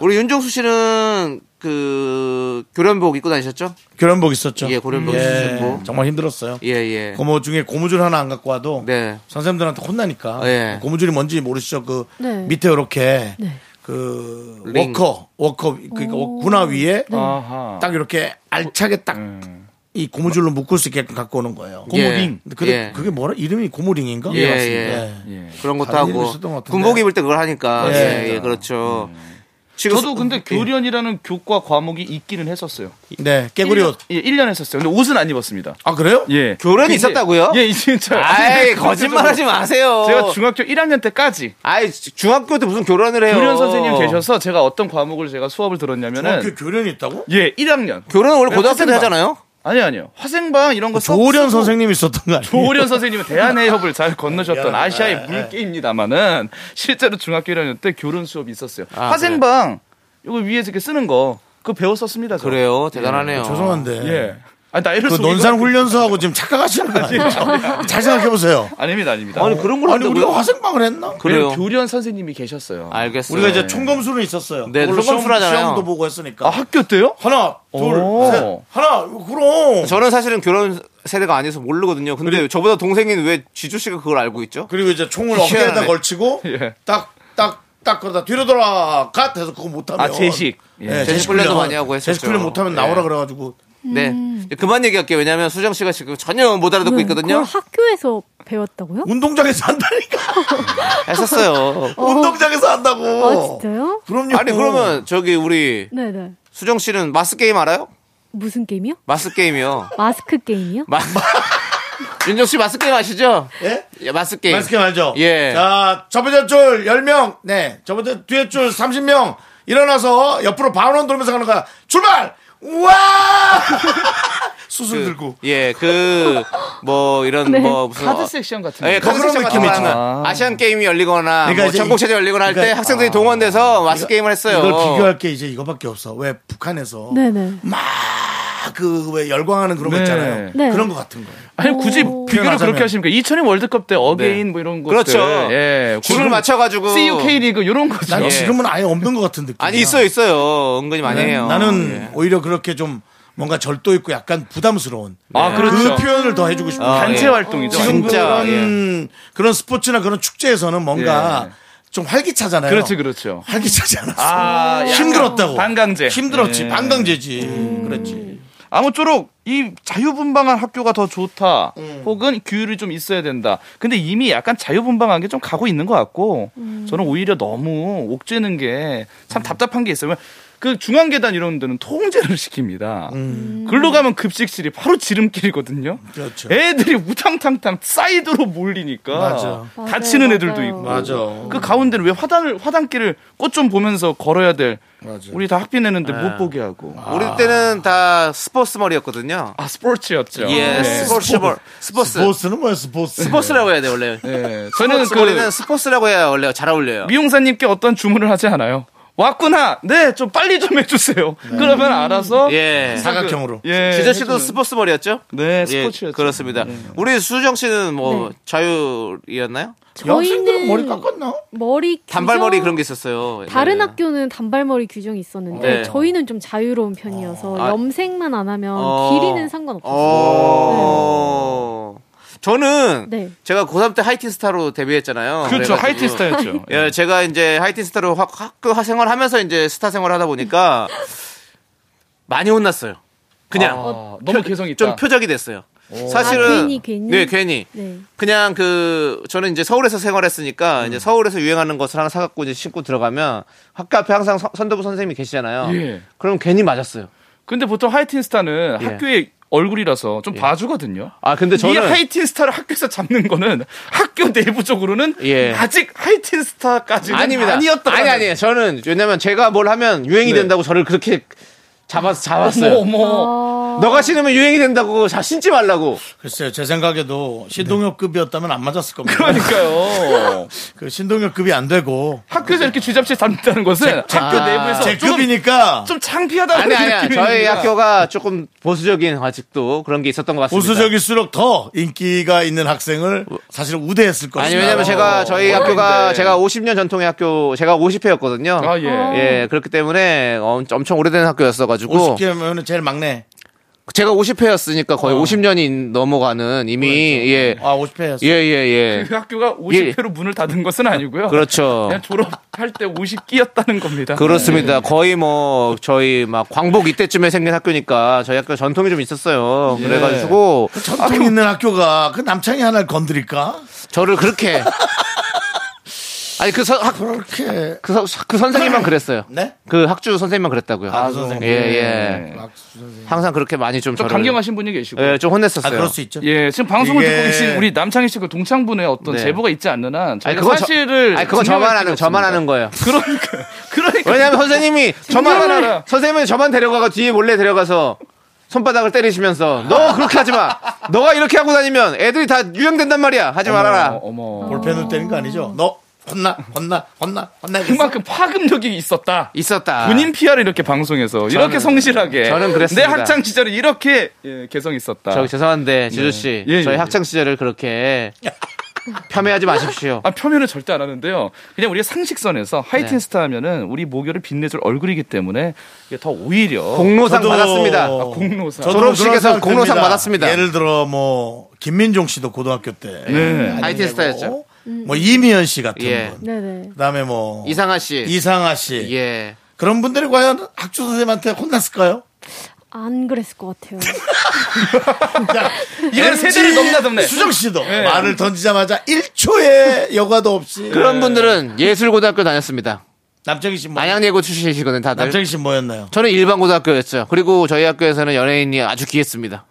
S2: 우리 윤종수 씨는 그 교련복 입고 다니셨죠?
S1: 교련복 있었죠.
S2: 예, 교련복 있으셨고.
S1: 음, 정말 힘들었어요.
S2: 예, 예.
S1: 고모 중에 고무줄 하나 안 갖고 와도
S2: 네.
S1: 선생님들한테 혼나니까
S2: 예.
S1: 고무줄이 뭔지 모르시죠? 그
S6: 네.
S1: 밑에 이렇게
S6: 네.
S1: 그
S2: 링.
S1: 워커 워커 그러니까 군화 위에
S6: 네.
S2: 어.
S5: 아하
S1: 딱 이렇게 알차게 딱 이
S2: 음.
S1: 고무줄로 묶을 수 있게끔 갖고 오는 거예요.
S2: 고무링.
S1: 예. 근데
S2: 예.
S1: 그게 뭐라 이름이 고무링인가?
S2: 예,
S1: 맞습니다.
S2: 예.
S1: 예.
S2: 그런 것도
S1: 다른 일을
S2: 하고
S1: 쓰던 것 같은데.
S2: 군복 입을 때 그걸 하니까
S1: 예.
S2: 예, 예, 그렇죠. 지금 그,
S5: 저도 근데 교련이라는 교과 과목이 있기는 했었어요
S1: 네, 깨구리 옷.
S5: 예, 1년 했었어요 근데 옷은 안 입었습니다
S1: 아 그래요?
S5: 예.
S2: 교련이
S5: 근데-
S2: 있었다고요?
S5: 예, 진짜.
S2: 아이 거짓말하지 마세요.
S5: 제가 중학교 1학년 때까지
S2: 아이 중학교 때 무슨 교련을 해요?
S5: 교련 선생님 계셔서 제가 어떤 과목을 제가 수업을 들었냐면은
S1: 그 중학교 교련이 있다고?
S5: 예, 1학년.
S2: 교련은 원래 고등학교 때
S5: 학생방.
S2: 하잖아요.
S5: 아니 아니요. 화생방 이런
S1: 뭐
S5: 거 써-
S1: 조련
S5: 쓰고
S1: 선생님이 있었던 거 아니에요?
S5: 조오련 선생님은 대한의 협을 잘 건너셨던
S1: 미안하다.
S5: 아시아의 물개입니다만은 실제로 중학교 1학년 때 교련 수업이 있었어요. 화생방 이거 위에서 이렇게 쓰는 거 그거 배웠었습니다. 저.
S2: 그래요 대단하네요.
S1: 어, 죄송한데.
S5: 예. 아니 나이를
S1: 그
S5: 속이고-
S1: 논산 훈련소하고 지금 착각하시는 거 아니에요? 잘 생각해 보세요.
S5: 아닙니다, 아닙니다.
S2: 아니 그런 걸
S1: 아니
S2: 한다고요?
S1: 우리가 화생방을 했나?
S2: 그래요. 아,
S5: 교련 선생님이 계셨어요.
S2: 알겠어요.
S1: 우리가 이제 총검수는 있었어요.
S2: 네,
S1: 그걸로 시험-
S2: 총검수를 하잖아요.
S1: 시험도 보고 했으니까.
S5: 아 학교 때요?
S1: 하나, 둘,
S5: 오.
S1: 셋. 하나, 그럼.
S2: 저는 사실은 교련 세대가 아니어서 모르거든요. 근데 저보다 동생인 왜 지주 씨가 그걸 알고 있죠?
S1: 그리고 이제 총을
S2: 희한하네.
S1: 어깨에다 걸치고
S5: 예.
S1: 딱, 딱, 딱 그러다 뒤로 돌아 갓 해서 그거 못하면
S5: 아, 제식. 예.
S1: 예,
S2: 제식
S1: 제식 훈련
S2: 훈련도
S1: 하-
S2: 많이 하고 했었죠.
S1: 제식 훈련 못하면
S2: 예.
S1: 나오라 그래가지고
S2: 네 이제 그만 얘기할게요. 왜냐하면 수정 씨가 지금 전혀 못 알아듣고
S6: 네,
S2: 있거든요. 음.
S6: 그걸 학교에서 배웠다고요?
S1: 운동장에서 한다니까
S2: 했었어요.
S1: 운동장에서 한다고
S6: 아, 진짜요?
S1: 그럼요
S2: 아니 그러면 저기 우리
S6: 네네.
S2: 수정 씨는 마스 게임 알아요?
S6: 무슨 게임이요?
S2: 마스 게임이요.
S6: 마스크 게임이요?
S2: 마... 윤정 씨 마스 게임 아시죠?
S1: 예?
S2: 예, 마스 게임.
S1: 마스크 말죠?
S2: 예.
S1: 자, 첫 번째 줄 10명. 네. 첫 번째 뒤에 줄 30명. 일어나서 옆으로 반원 돌면서 가는 거야. 출발! 우와! 수술 들고.
S2: 예, 그, 뭐, 이런, 뭐, 무슨.
S5: 카드
S2: 어,
S5: 섹션 같은 거.
S1: 뭐
S2: 예,
S1: 그런
S2: 컨셉 같은
S1: 느낌이
S2: 거
S1: 있잖아.
S2: 하는 아시안 게임이 열리거나
S1: 그러니까
S2: 뭐
S1: 이제
S2: 전국체제 열리거나 할 때
S1: 그러니까-
S2: 학생들이 동원돼서 마스 게임을 했어요.
S1: 이걸 비교할 게 이제 이거밖에 없어. 왜 북한에서
S6: 네네.
S2: 음.
S1: 그 왜 열광하는 그런 거
S5: 네.
S1: 있잖아요.
S6: 네.
S1: 그런 것 같은 거예요.
S5: 아니 굳이 비교를
S1: 표현하자면.
S5: 그렇게 하십니까? 2002 월드컵 때
S2: 네.
S5: 어게인 뭐 이런 것들.
S2: 그렇죠.
S5: 예.
S2: 줄을
S5: 그런
S2: 맞춰가지고.
S5: CUK 리그 이런 거죠.
S1: 난
S2: 예.
S1: 지금은 아예 없는 것 같은 느낌.
S2: 아니, 있어요, 있어요. 은근히 많이 해요.
S1: 나는
S2: 예.
S1: 오히려 그렇게 좀 뭔가 절도 있고 약간 부담스러운
S5: 아, 그렇죠.
S1: 그 표현을 더 해주고 싶어요.
S2: 아,
S5: 단체
S2: 예.
S5: 활동이죠.
S1: 지금
S2: 진짜,
S1: 그런 그런 스포츠나 그런 축제에서는 뭔가
S5: 예.
S1: 좀 활기차잖아요.
S5: 그렇지, 그렇죠.
S1: 활기차지 않았어.
S5: 아, 약간
S1: 힘들었다고.
S5: 반강제.
S1: 힘들었지.
S5: 예.
S1: 반강제지. 그렇지.
S5: 아무쪼록 이 자유분방한 학교가 더 좋다.
S1: 음.
S5: 혹은 규율이 좀 있어야 된다. 근데 이미 약간 자유분방한 게 좀 가고 있는 것 같고
S6: 음.
S5: 저는 오히려 너무 옥죄는 게
S1: 음.
S5: 참 답답한 게 있어요. 그 중앙 계단 이런 데는 통제를 시킵니다. 글로 가면 급식실이 바로 지름길이거든요.
S1: 음. 그렇죠.
S5: 애들이 우탕탕탕 사이드로 몰리니까
S1: 맞아.
S5: 다치는
S6: 맞아요,
S5: 애들도
S6: 맞아요.
S5: 있고.
S1: 맞아.
S5: 그 가운데는 왜 화단을 화단길을 꽃 좀 보면서 걸어야 될
S1: 맞아.
S5: 우리 다 학비 내는데
S1: 네.
S5: 못 보게 하고.
S1: 아.
S2: 우리 때는 다 스포츠 머리였거든요.
S5: 아 스포츠였죠.
S1: 네.
S2: 예, 스포츠 머 스포츠.
S1: 스포츠는 뭐야 스포츠.
S2: 스포츠라고 해야 돼, 원래.
S1: 네.
S5: 예. 저는
S2: 스포츠 머리는
S5: 그
S2: 스포츠라고 해야 원래 잘 어울려요.
S5: 미용사님께 어떤 주문을 하지 않아요. 왔구나. 네, 좀 빨리 좀 해주세요. 그러면 알아서.
S2: 네. 예.
S1: 사각형으로.
S5: 예.
S2: 지저 씨도 스포츠 머리였죠?
S5: 네,
S2: 예,
S5: 스포츠였죠.
S2: 그렇습니다.
S1: 네.
S2: 우리 수정 씨는 뭐
S6: 네.
S2: 자유이었나요?
S1: 여학생들은
S6: 저희는
S1: 머리 깎았나?
S6: 머리 규정-
S2: 단발머리 그런 게 있었어요. 네.
S6: 다른
S2: 옛날에는.
S6: 학교는 단발머리 규정이 있었는데
S2: 네.
S6: 저희는 좀 자유로운 편이어서
S2: 아.
S6: 염색만 안 하면
S2: 어.
S6: 길이는 상관없어요.
S2: 어. 저는
S6: 네.
S2: 제가 고3 때 하이틴 스타로 데뷔했잖아요.
S5: 그렇죠.
S2: 그래가지고
S5: 하이틴 스타였죠. 네.
S2: 예, 제가 이제 하이틴 스타로 학- 학교 생활 하면서 이제 스타 생활 하다 보니까 많이 혼났어요. 그냥
S5: 아, 너무 개성 있다.
S2: 좀 표적이 됐어요. 사실은
S6: 아, 괜히, 괜히?
S2: 네, 괜히.
S6: 네.
S2: 그냥 그 저는 이제 서울에서 생활했으니까
S5: 음.
S2: 이제 서울에서 유행하는 것을 하나 사갖고 이제 신고 들어가면 학교 앞에 항상 선- 선도부 선생님이 계시잖아요.
S5: 예.
S2: 그럼 괜히 맞았어요.
S5: 근데 보통 하이틴 스타는
S2: 예.
S5: 학교의 얼굴이라서 좀 봐주거든요.
S2: 아 근데
S5: 이
S2: 저는
S5: 하이틴 스타를 학교에서 잡는 거는 학교 내부적으로는
S2: 예.
S5: 아직 하이틴 스타까지는
S2: 아닙니다.
S5: 아니었다.
S2: 아니 아니에요. 저는 왜냐면 제가 뭘 하면 유행이
S5: 네.
S2: 된다고 저를 그렇게 잡았 잡았어요.
S5: 어머 어머.
S2: 너가 신으면 유행이 된다고 자 신지 말라고.
S1: 글쎄요. 제 생각에도
S5: 네.
S1: 신동엽급이었다면 안 맞았을 겁니다.
S5: 그러니까요.
S1: 그 신동엽급이 안 되고
S5: 학교에서 이렇게 쥐잡채 잡는다는 것은 학교
S2: 아,
S5: 내부에서
S1: 제
S5: 조금
S1: 급이니까
S5: 좀 창피하다는
S2: 아니 아니야.
S5: 느낌이
S2: 저희
S5: 있는 거야.
S2: 학교가 조금 보수적인 아직도 그런 게 있었던 것 같습니다.
S1: 보수적일수록 더 인기가 있는 학생을 사실 우대했을 것이다.
S2: 아니 왜냐면 제가 저희 학교가 제가 50년 전통의 학교 제가 50회였거든요.
S5: 아 예.
S2: 네. 예, 그렇기 때문에 엄- 엄청 오래된 학교였어가지고
S1: 50개면 제일 막내.
S2: 제가 50회였으니까 거의 50년이 넘어가는 이미 예,
S1: 아, 50회였어.
S2: 예, 예, 예.
S5: 그 학교가 50회로 문을 닫은 것은 아니고요.
S2: 그렇죠.
S5: 그냥 졸업할 때 50기였다는 겁니다.
S2: 그렇습니다. 거의 뭐 저희 막 광복 이때쯤에 생긴 학교니까 저희 학교 전통이 좀 있었어요. 그래가지고
S1: 전통 있는 학교가 그 남창이 하나를 건드릴까?
S2: 저를 그렇게 아니 그, 선- 학,
S1: 그렇게.
S2: 그, 선- 그 선생님만 그랬어요.
S1: 네?
S2: 그 학주 선생님만 그랬다고요.
S1: 아, 선생님.
S2: 예, 예. 항상 그렇게 많이 좀
S5: 좀
S2: 저를
S5: 강경하신 분이 계시고.
S2: 예, 좀
S1: 아,
S2: 혼냈었어요.
S1: 그럴 수 있죠.
S5: 예, 지금 방송을
S1: 이게-
S5: 듣고 계신 우리 남창희 씨 그 동창분의 어떤
S2: 네.
S5: 제보가 있지 않는 한
S2: 아니,
S5: 저희가
S2: 그건
S5: 사실을
S2: 저, 아니, 그건 저만 하는 저만 하는 거예요.
S5: 그러니까 그러니까
S2: 왜냐하면 선생님이 저만
S5: 알아.
S2: 선생님이 저만 데려가가 뒤에 몰래 데려가서 손바닥을 때리시면서 너 그렇게 하지 마. 너가 이렇게 하고 다니면 애들이 다 유행된단 말이야. 하지 말아라.
S5: 어머. 어머.
S1: 볼펜을 때린 거 아니죠? 너 혼나, 혼나, 혼나, 혼나.
S5: 그만큼 파급력이 있었다.
S2: 있었다.
S5: 본인 PR 이렇게 방송에서 이렇게 성실하게
S2: 아. 저는 그랬습니다.
S5: 내 학창 시절에 이렇게 예, 개성 있었다.
S2: 저 죄송한데 지조 씨,
S5: 예, 예,
S2: 저희
S5: 예.
S2: 학창 시절을 그렇게 폄훼하지 마십시오.
S5: 아, 표면은 절대 안 하는데요. 그냥 우리가 상식선에서 하이틴
S2: 네.
S5: 스타 하면은 우리 모교를 빛내줄 얼굴이기 때문에 이게 더 오히려
S2: 공로상 받았습니다.
S1: 아,
S5: 아, 공로상.
S2: 졸업식에서 공로상 받았습니다.
S1: 예를 들어 뭐 김민종 씨도 고등학교 때 예,
S5: 네.
S2: IT 스타였죠. 음.
S1: 뭐 이미연 씨 같은
S2: 예.
S1: 분.
S6: 네네.
S1: 그다음에 뭐
S2: 이상하 씨.
S1: 이상하 씨.
S2: 예.
S1: 그런 분들이 과연 학주 선생님한테 혼났을까요?
S6: 안 그랬을 것 같아요.
S5: 이건 세대를 넘나듭네. 예.
S1: 수정 씨도 말을 던지자마자 1초의 여과도 없이
S5: 그
S2: 그런 분들은 예술고등학교 다녔습니다.
S1: 남창희 씨 뭐,
S2: 안양예고 출신이시거든요, 다들.
S1: 남창희 씨 뭐였나요?
S2: 저는 일반 고등학교였죠. 그리고 저희 학교에서는 연예인이 아주 귀했습니다.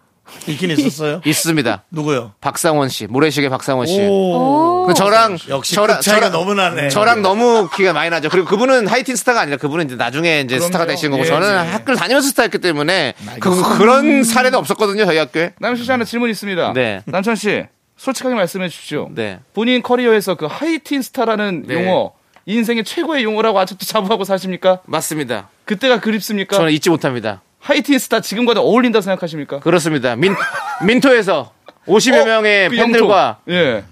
S1: 있긴 있었어요.
S2: 있습니다.
S1: 누구요?
S2: 박상원 씨, 모래시계 박상원 씨.
S1: 오.
S2: 근데 저랑
S1: 역시
S2: 저랑
S1: 끝 차이가
S2: 저랑-
S1: 너무 나네.
S2: 저랑 너무 기가 많이 나죠. 그리고 그분은 하이틴 스타가 아니라 그분은 이제 나중에 이제 스타가 되신 거고
S1: 예,
S2: 저는
S1: 예.
S2: 학교를 다니면서 스타였기 때문에 그, 그런 사례는 없었거든요 저희 학교에.
S5: 남철 씨 하나 질문 있습니다.
S2: 네.
S5: 남철 씨 솔직하게 말씀해 주십시오.
S2: 네.
S5: 본인 커리어에서 그 하이틴 스타라는
S2: 네.
S5: 용어 인생의 최고의 용어라고 아직도 자부하고 사십니까?
S2: 맞습니다. 그러니까
S5: 그때가 그립습니까?
S2: 저는 잊지 못합니다.
S5: 하이틴 스타 지금과도 어울린다 생각하십니까?
S2: 그렇습니다. 민 민토에서 50여
S5: 어?
S2: 명의
S5: 그
S2: 팬들과
S5: 영토. 예.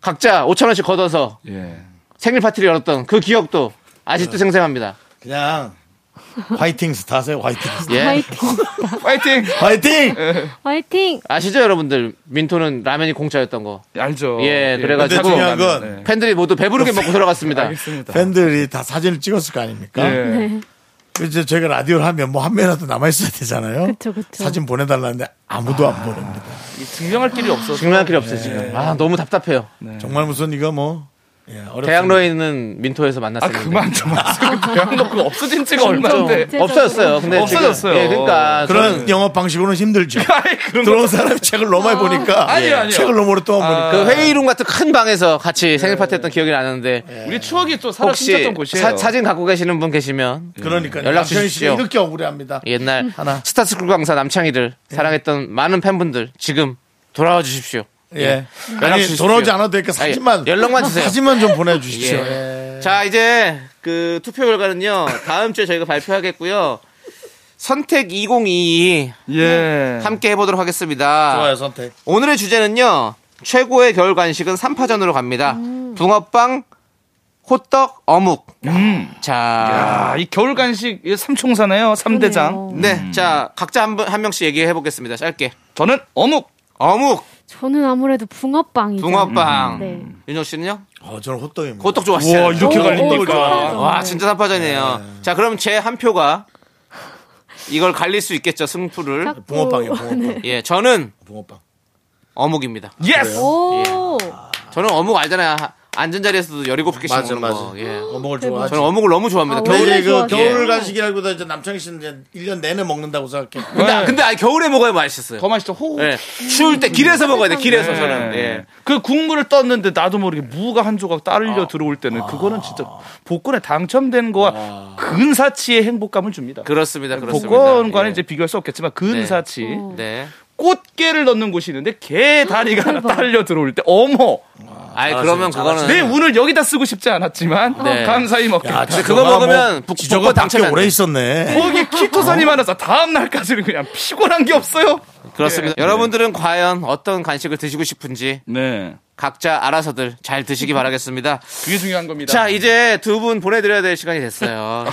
S2: 각자 5천 원씩 걷어서
S5: 예.
S2: 생일 파티를 열었던 그 기억도
S1: 예.
S2: 아직도 생생합니다.
S1: 그냥 화이팅 스타세요. 화이팅 스타.
S2: 예.
S6: 화이팅.
S5: 파이팅.
S1: 화이팅!
S6: 화이팅.
S2: 아시죠 여러분들 민토는 라면이 공짜였던 거.
S5: 알죠.
S2: 예,
S1: 어, 근데
S2: 그래가지고
S1: 중요한 건그
S5: 네.
S2: 팬들이 모두 배부르게 먹고 돌아갔습니다.
S5: 알겠습니다.
S1: 팬들이 다 사진을 찍었을 거 아닙니까?
S5: 예.
S2: 네.
S6: 네.
S1: 이제 저희가 라디오를 하면 뭐 한 명이라도 남아있어야 되잖아요.
S6: 그쵸, 그쵸.
S1: 사진 보내달라는데 아무도 안 보냅니다.
S5: 이 증명할 길이 없어서
S2: 중요할 길이 없어요 지금. 아 너무 답답해요.
S1: 정말 무슨 이거 뭐. 예, 어렵습니다.
S2: 네. 대학로에 있는 민토에서
S5: 아
S2: 만났습니다.
S5: 그만 좀 하세요. 대학 놓고 없어진 지가 얼마인데.
S6: 진짜.
S2: 없어졌어요. 근데 지금-
S5: 없어졌어요.
S2: 예, 그러니까
S1: 그런
S2: 저는
S1: 영업 방식으로는 힘들죠.
S5: 아이 그런 거.
S1: 들어온 사람이 책을 너무 많이 보니까
S5: 아니요, 아니요.
S1: 책을 너무 오랫동안 보니까
S2: 그 회의룸 같은 큰 방에서 같이 생일 파티 했던 기억이 나는데
S5: 우리 추억이 또 살아
S2: 혹시
S5: 숨졌던 네. 곳이에요.
S2: 사, 진 갖고 계시는 분 계시면
S1: 그러니까
S2: 예. 연락
S1: 남편이
S2: 주십시오.
S1: 이렇게 억울해합니다.
S2: 옛날
S1: 하나.
S2: 스타스쿨 강사 남창희를 사랑했던 많은 팬분들 지금 돌아와 주십시오.
S1: 예.
S2: 연락
S1: 아니
S2: 주십시오.
S1: 돌아오지 않아도 되니까
S2: 아, 예.
S1: 사진만
S2: 연락만 주세요.
S1: 사진만 좀 보내주십시오.
S2: 예.
S1: 예.
S2: 자, 이제 그 투표 결과는요. 다음 주에 저희가 발표하겠고요. 선택 2022
S5: 예.
S2: 함께 해보도록 하겠습니다.
S1: 좋아요 선택.
S2: 오늘의 주제는요. 최고의 겨울 간식은 삼파전으로 갑니다.
S6: 음.
S2: 붕어빵, 호떡, 어묵.
S1: 음.
S2: 자,
S5: 아, 이 겨울 간식 이 삼총사네요. 삼대장.
S2: 네,
S1: 음.
S2: 자 각자 한, 분- 한 명씩 얘기해 보겠습니다. 짧게.
S5: 저는 어묵.
S2: 아, 어묵,
S6: 저는 아무래도 붕어빵이죠.
S2: 붕어빵.
S6: 네.
S2: 윤혁 씨는요?
S1: 어, 저는 호떡입니다.
S2: 아. 호떡 좋아하시죠? 와,
S6: 이렇게 갈립니까?
S2: 와, 진짜 삼파전이네요. 자, 그럼 제 한 표가 이걸 갈릴 수 있겠죠, 승부를.
S6: 자꾸-
S1: 붕어빵이요. 붕어빵.
S6: 네.
S2: 예, 저는
S1: 붕어빵.
S2: 어묵입니다.
S5: 예스.
S6: 오.
S2: 저는 어묵 알잖아요. 앉은 자리에서도 17개씩
S1: 맞아,
S2: 먹는 거.
S1: 맞아.
S2: 예.
S1: 어묵을 좋아하죠.
S2: 저는 어묵을 너무 좋아합니다.
S6: 아,
S2: 겨울-
S6: 원래
S1: 근데 이제 그
S6: 좋아하죠.
S1: 겨울
S6: 예.
S1: 간식이라기보다 이제 남창희 씨는 이제 1년 내내 먹는다고 생각해.
S2: 근데, 근데 아니, 겨울에 먹어야 맛있었어요.
S5: 더 맛있죠. 호.
S2: 예. 추울 때 길에서 먹어야 돼. 길에서
S5: 네.
S2: 저는. 예.
S5: 그 국물을 떴는데 나도 모르게 무가 한 조각 딸려
S2: 아.
S5: 들어올 때는 그거는 진짜 복권에 당첨된 거와 근사치의 행복감을 줍니다.
S2: 아. 그렇습니다. 그렇습니다.
S5: 복권과는
S2: 예.
S5: 이제 비교할 수 없겠지만 근사치.
S2: 네.
S5: 꽃게를 넣는 곳이 있는데 게 다리가 하나 딸려 들어올 때 어머
S2: 아니 그러면 그거는
S5: 내 운을 여기다 쓰고 싶지 않았지만
S2: 네.
S5: 감사히 먹겠다.
S1: 야,
S2: 근데
S1: 저거
S2: 그거 먹으면
S1: 뭐
S2: 북-
S1: 지저가
S2: 북한
S1: 밖에
S2: 당첨이 안
S1: 오래
S2: 돼.
S1: 있었네.
S5: 거기 키토산이 많아서 다음 날까지는 그냥 피곤한 게 없어요.
S2: 그렇습니다. 여러분들은 과연 어떤 간식을 드시고 싶은지
S5: 네,
S2: 각자 알아서들 잘 드시기 바라겠습니다.
S5: 그게 중요한 겁니다.
S2: 자, 이제 두 분 보내드려야 될 시간이 됐어요.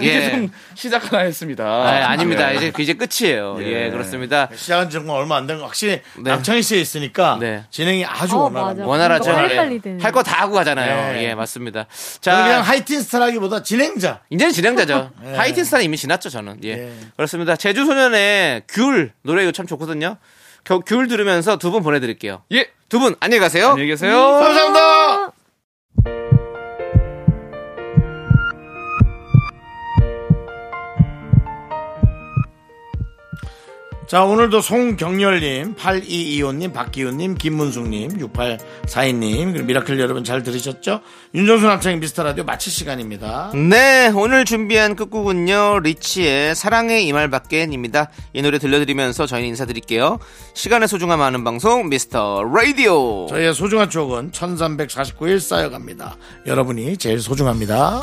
S5: 이게
S2: 예.
S5: 좀 시작하나 했습니다. 예.
S2: 아, 닙니다 이제, 이제 끝이에요. 예, 그렇습니다.
S1: 시작한 지 정말 얼마 안 된 거. 확실히
S2: 네.
S1: 남창희 씨에 있으니까
S2: 네.
S1: 진행이 아주
S6: 어,
S1: 원활합니다.
S6: 맞아.
S2: 원활하죠. 예.
S6: 뭔가 빨리빨리 되는.
S2: 할 거 다 하고 가잖아요.
S1: 네.
S2: 예, 맞습니다.
S1: 저는
S2: 자,
S1: 그냥 하이틴 스타라기보다 진행자.
S2: 이제는 진행자죠. 하이틴 스타는 이미 지났죠, 저는. 예.
S1: 예.
S2: 그렇습니다. 제주소년의 귤 노래 이거 참 좋거든요. 겨- 귤 들으면서 두 분 보내드릴게요.
S5: 예,
S2: 두 분 안녕히 가세요.
S5: 안녕히
S2: 음,
S5: 계세요.
S1: 감사합니다.
S6: 아,
S1: 자, 오늘도 송경렬님, 8225님, 박기훈님, 김문숙님, 6842님, 그리고 미라클 여러분 잘 들으셨죠? 윤정수 남창의 미스터 라디오 마칠 시간입니다.
S2: 네, 오늘 준비한 끝곡은요, 리치의 사랑의 이말밖엔입니다. 이 노래 들려드리면서 저희는 인사드릴게요. 시간의 소중함 아는 방송, 미스터 라디오.
S1: 저희의 소중한 추억은 1349일 쌓여갑니다. 여러분이 제일 소중합니다.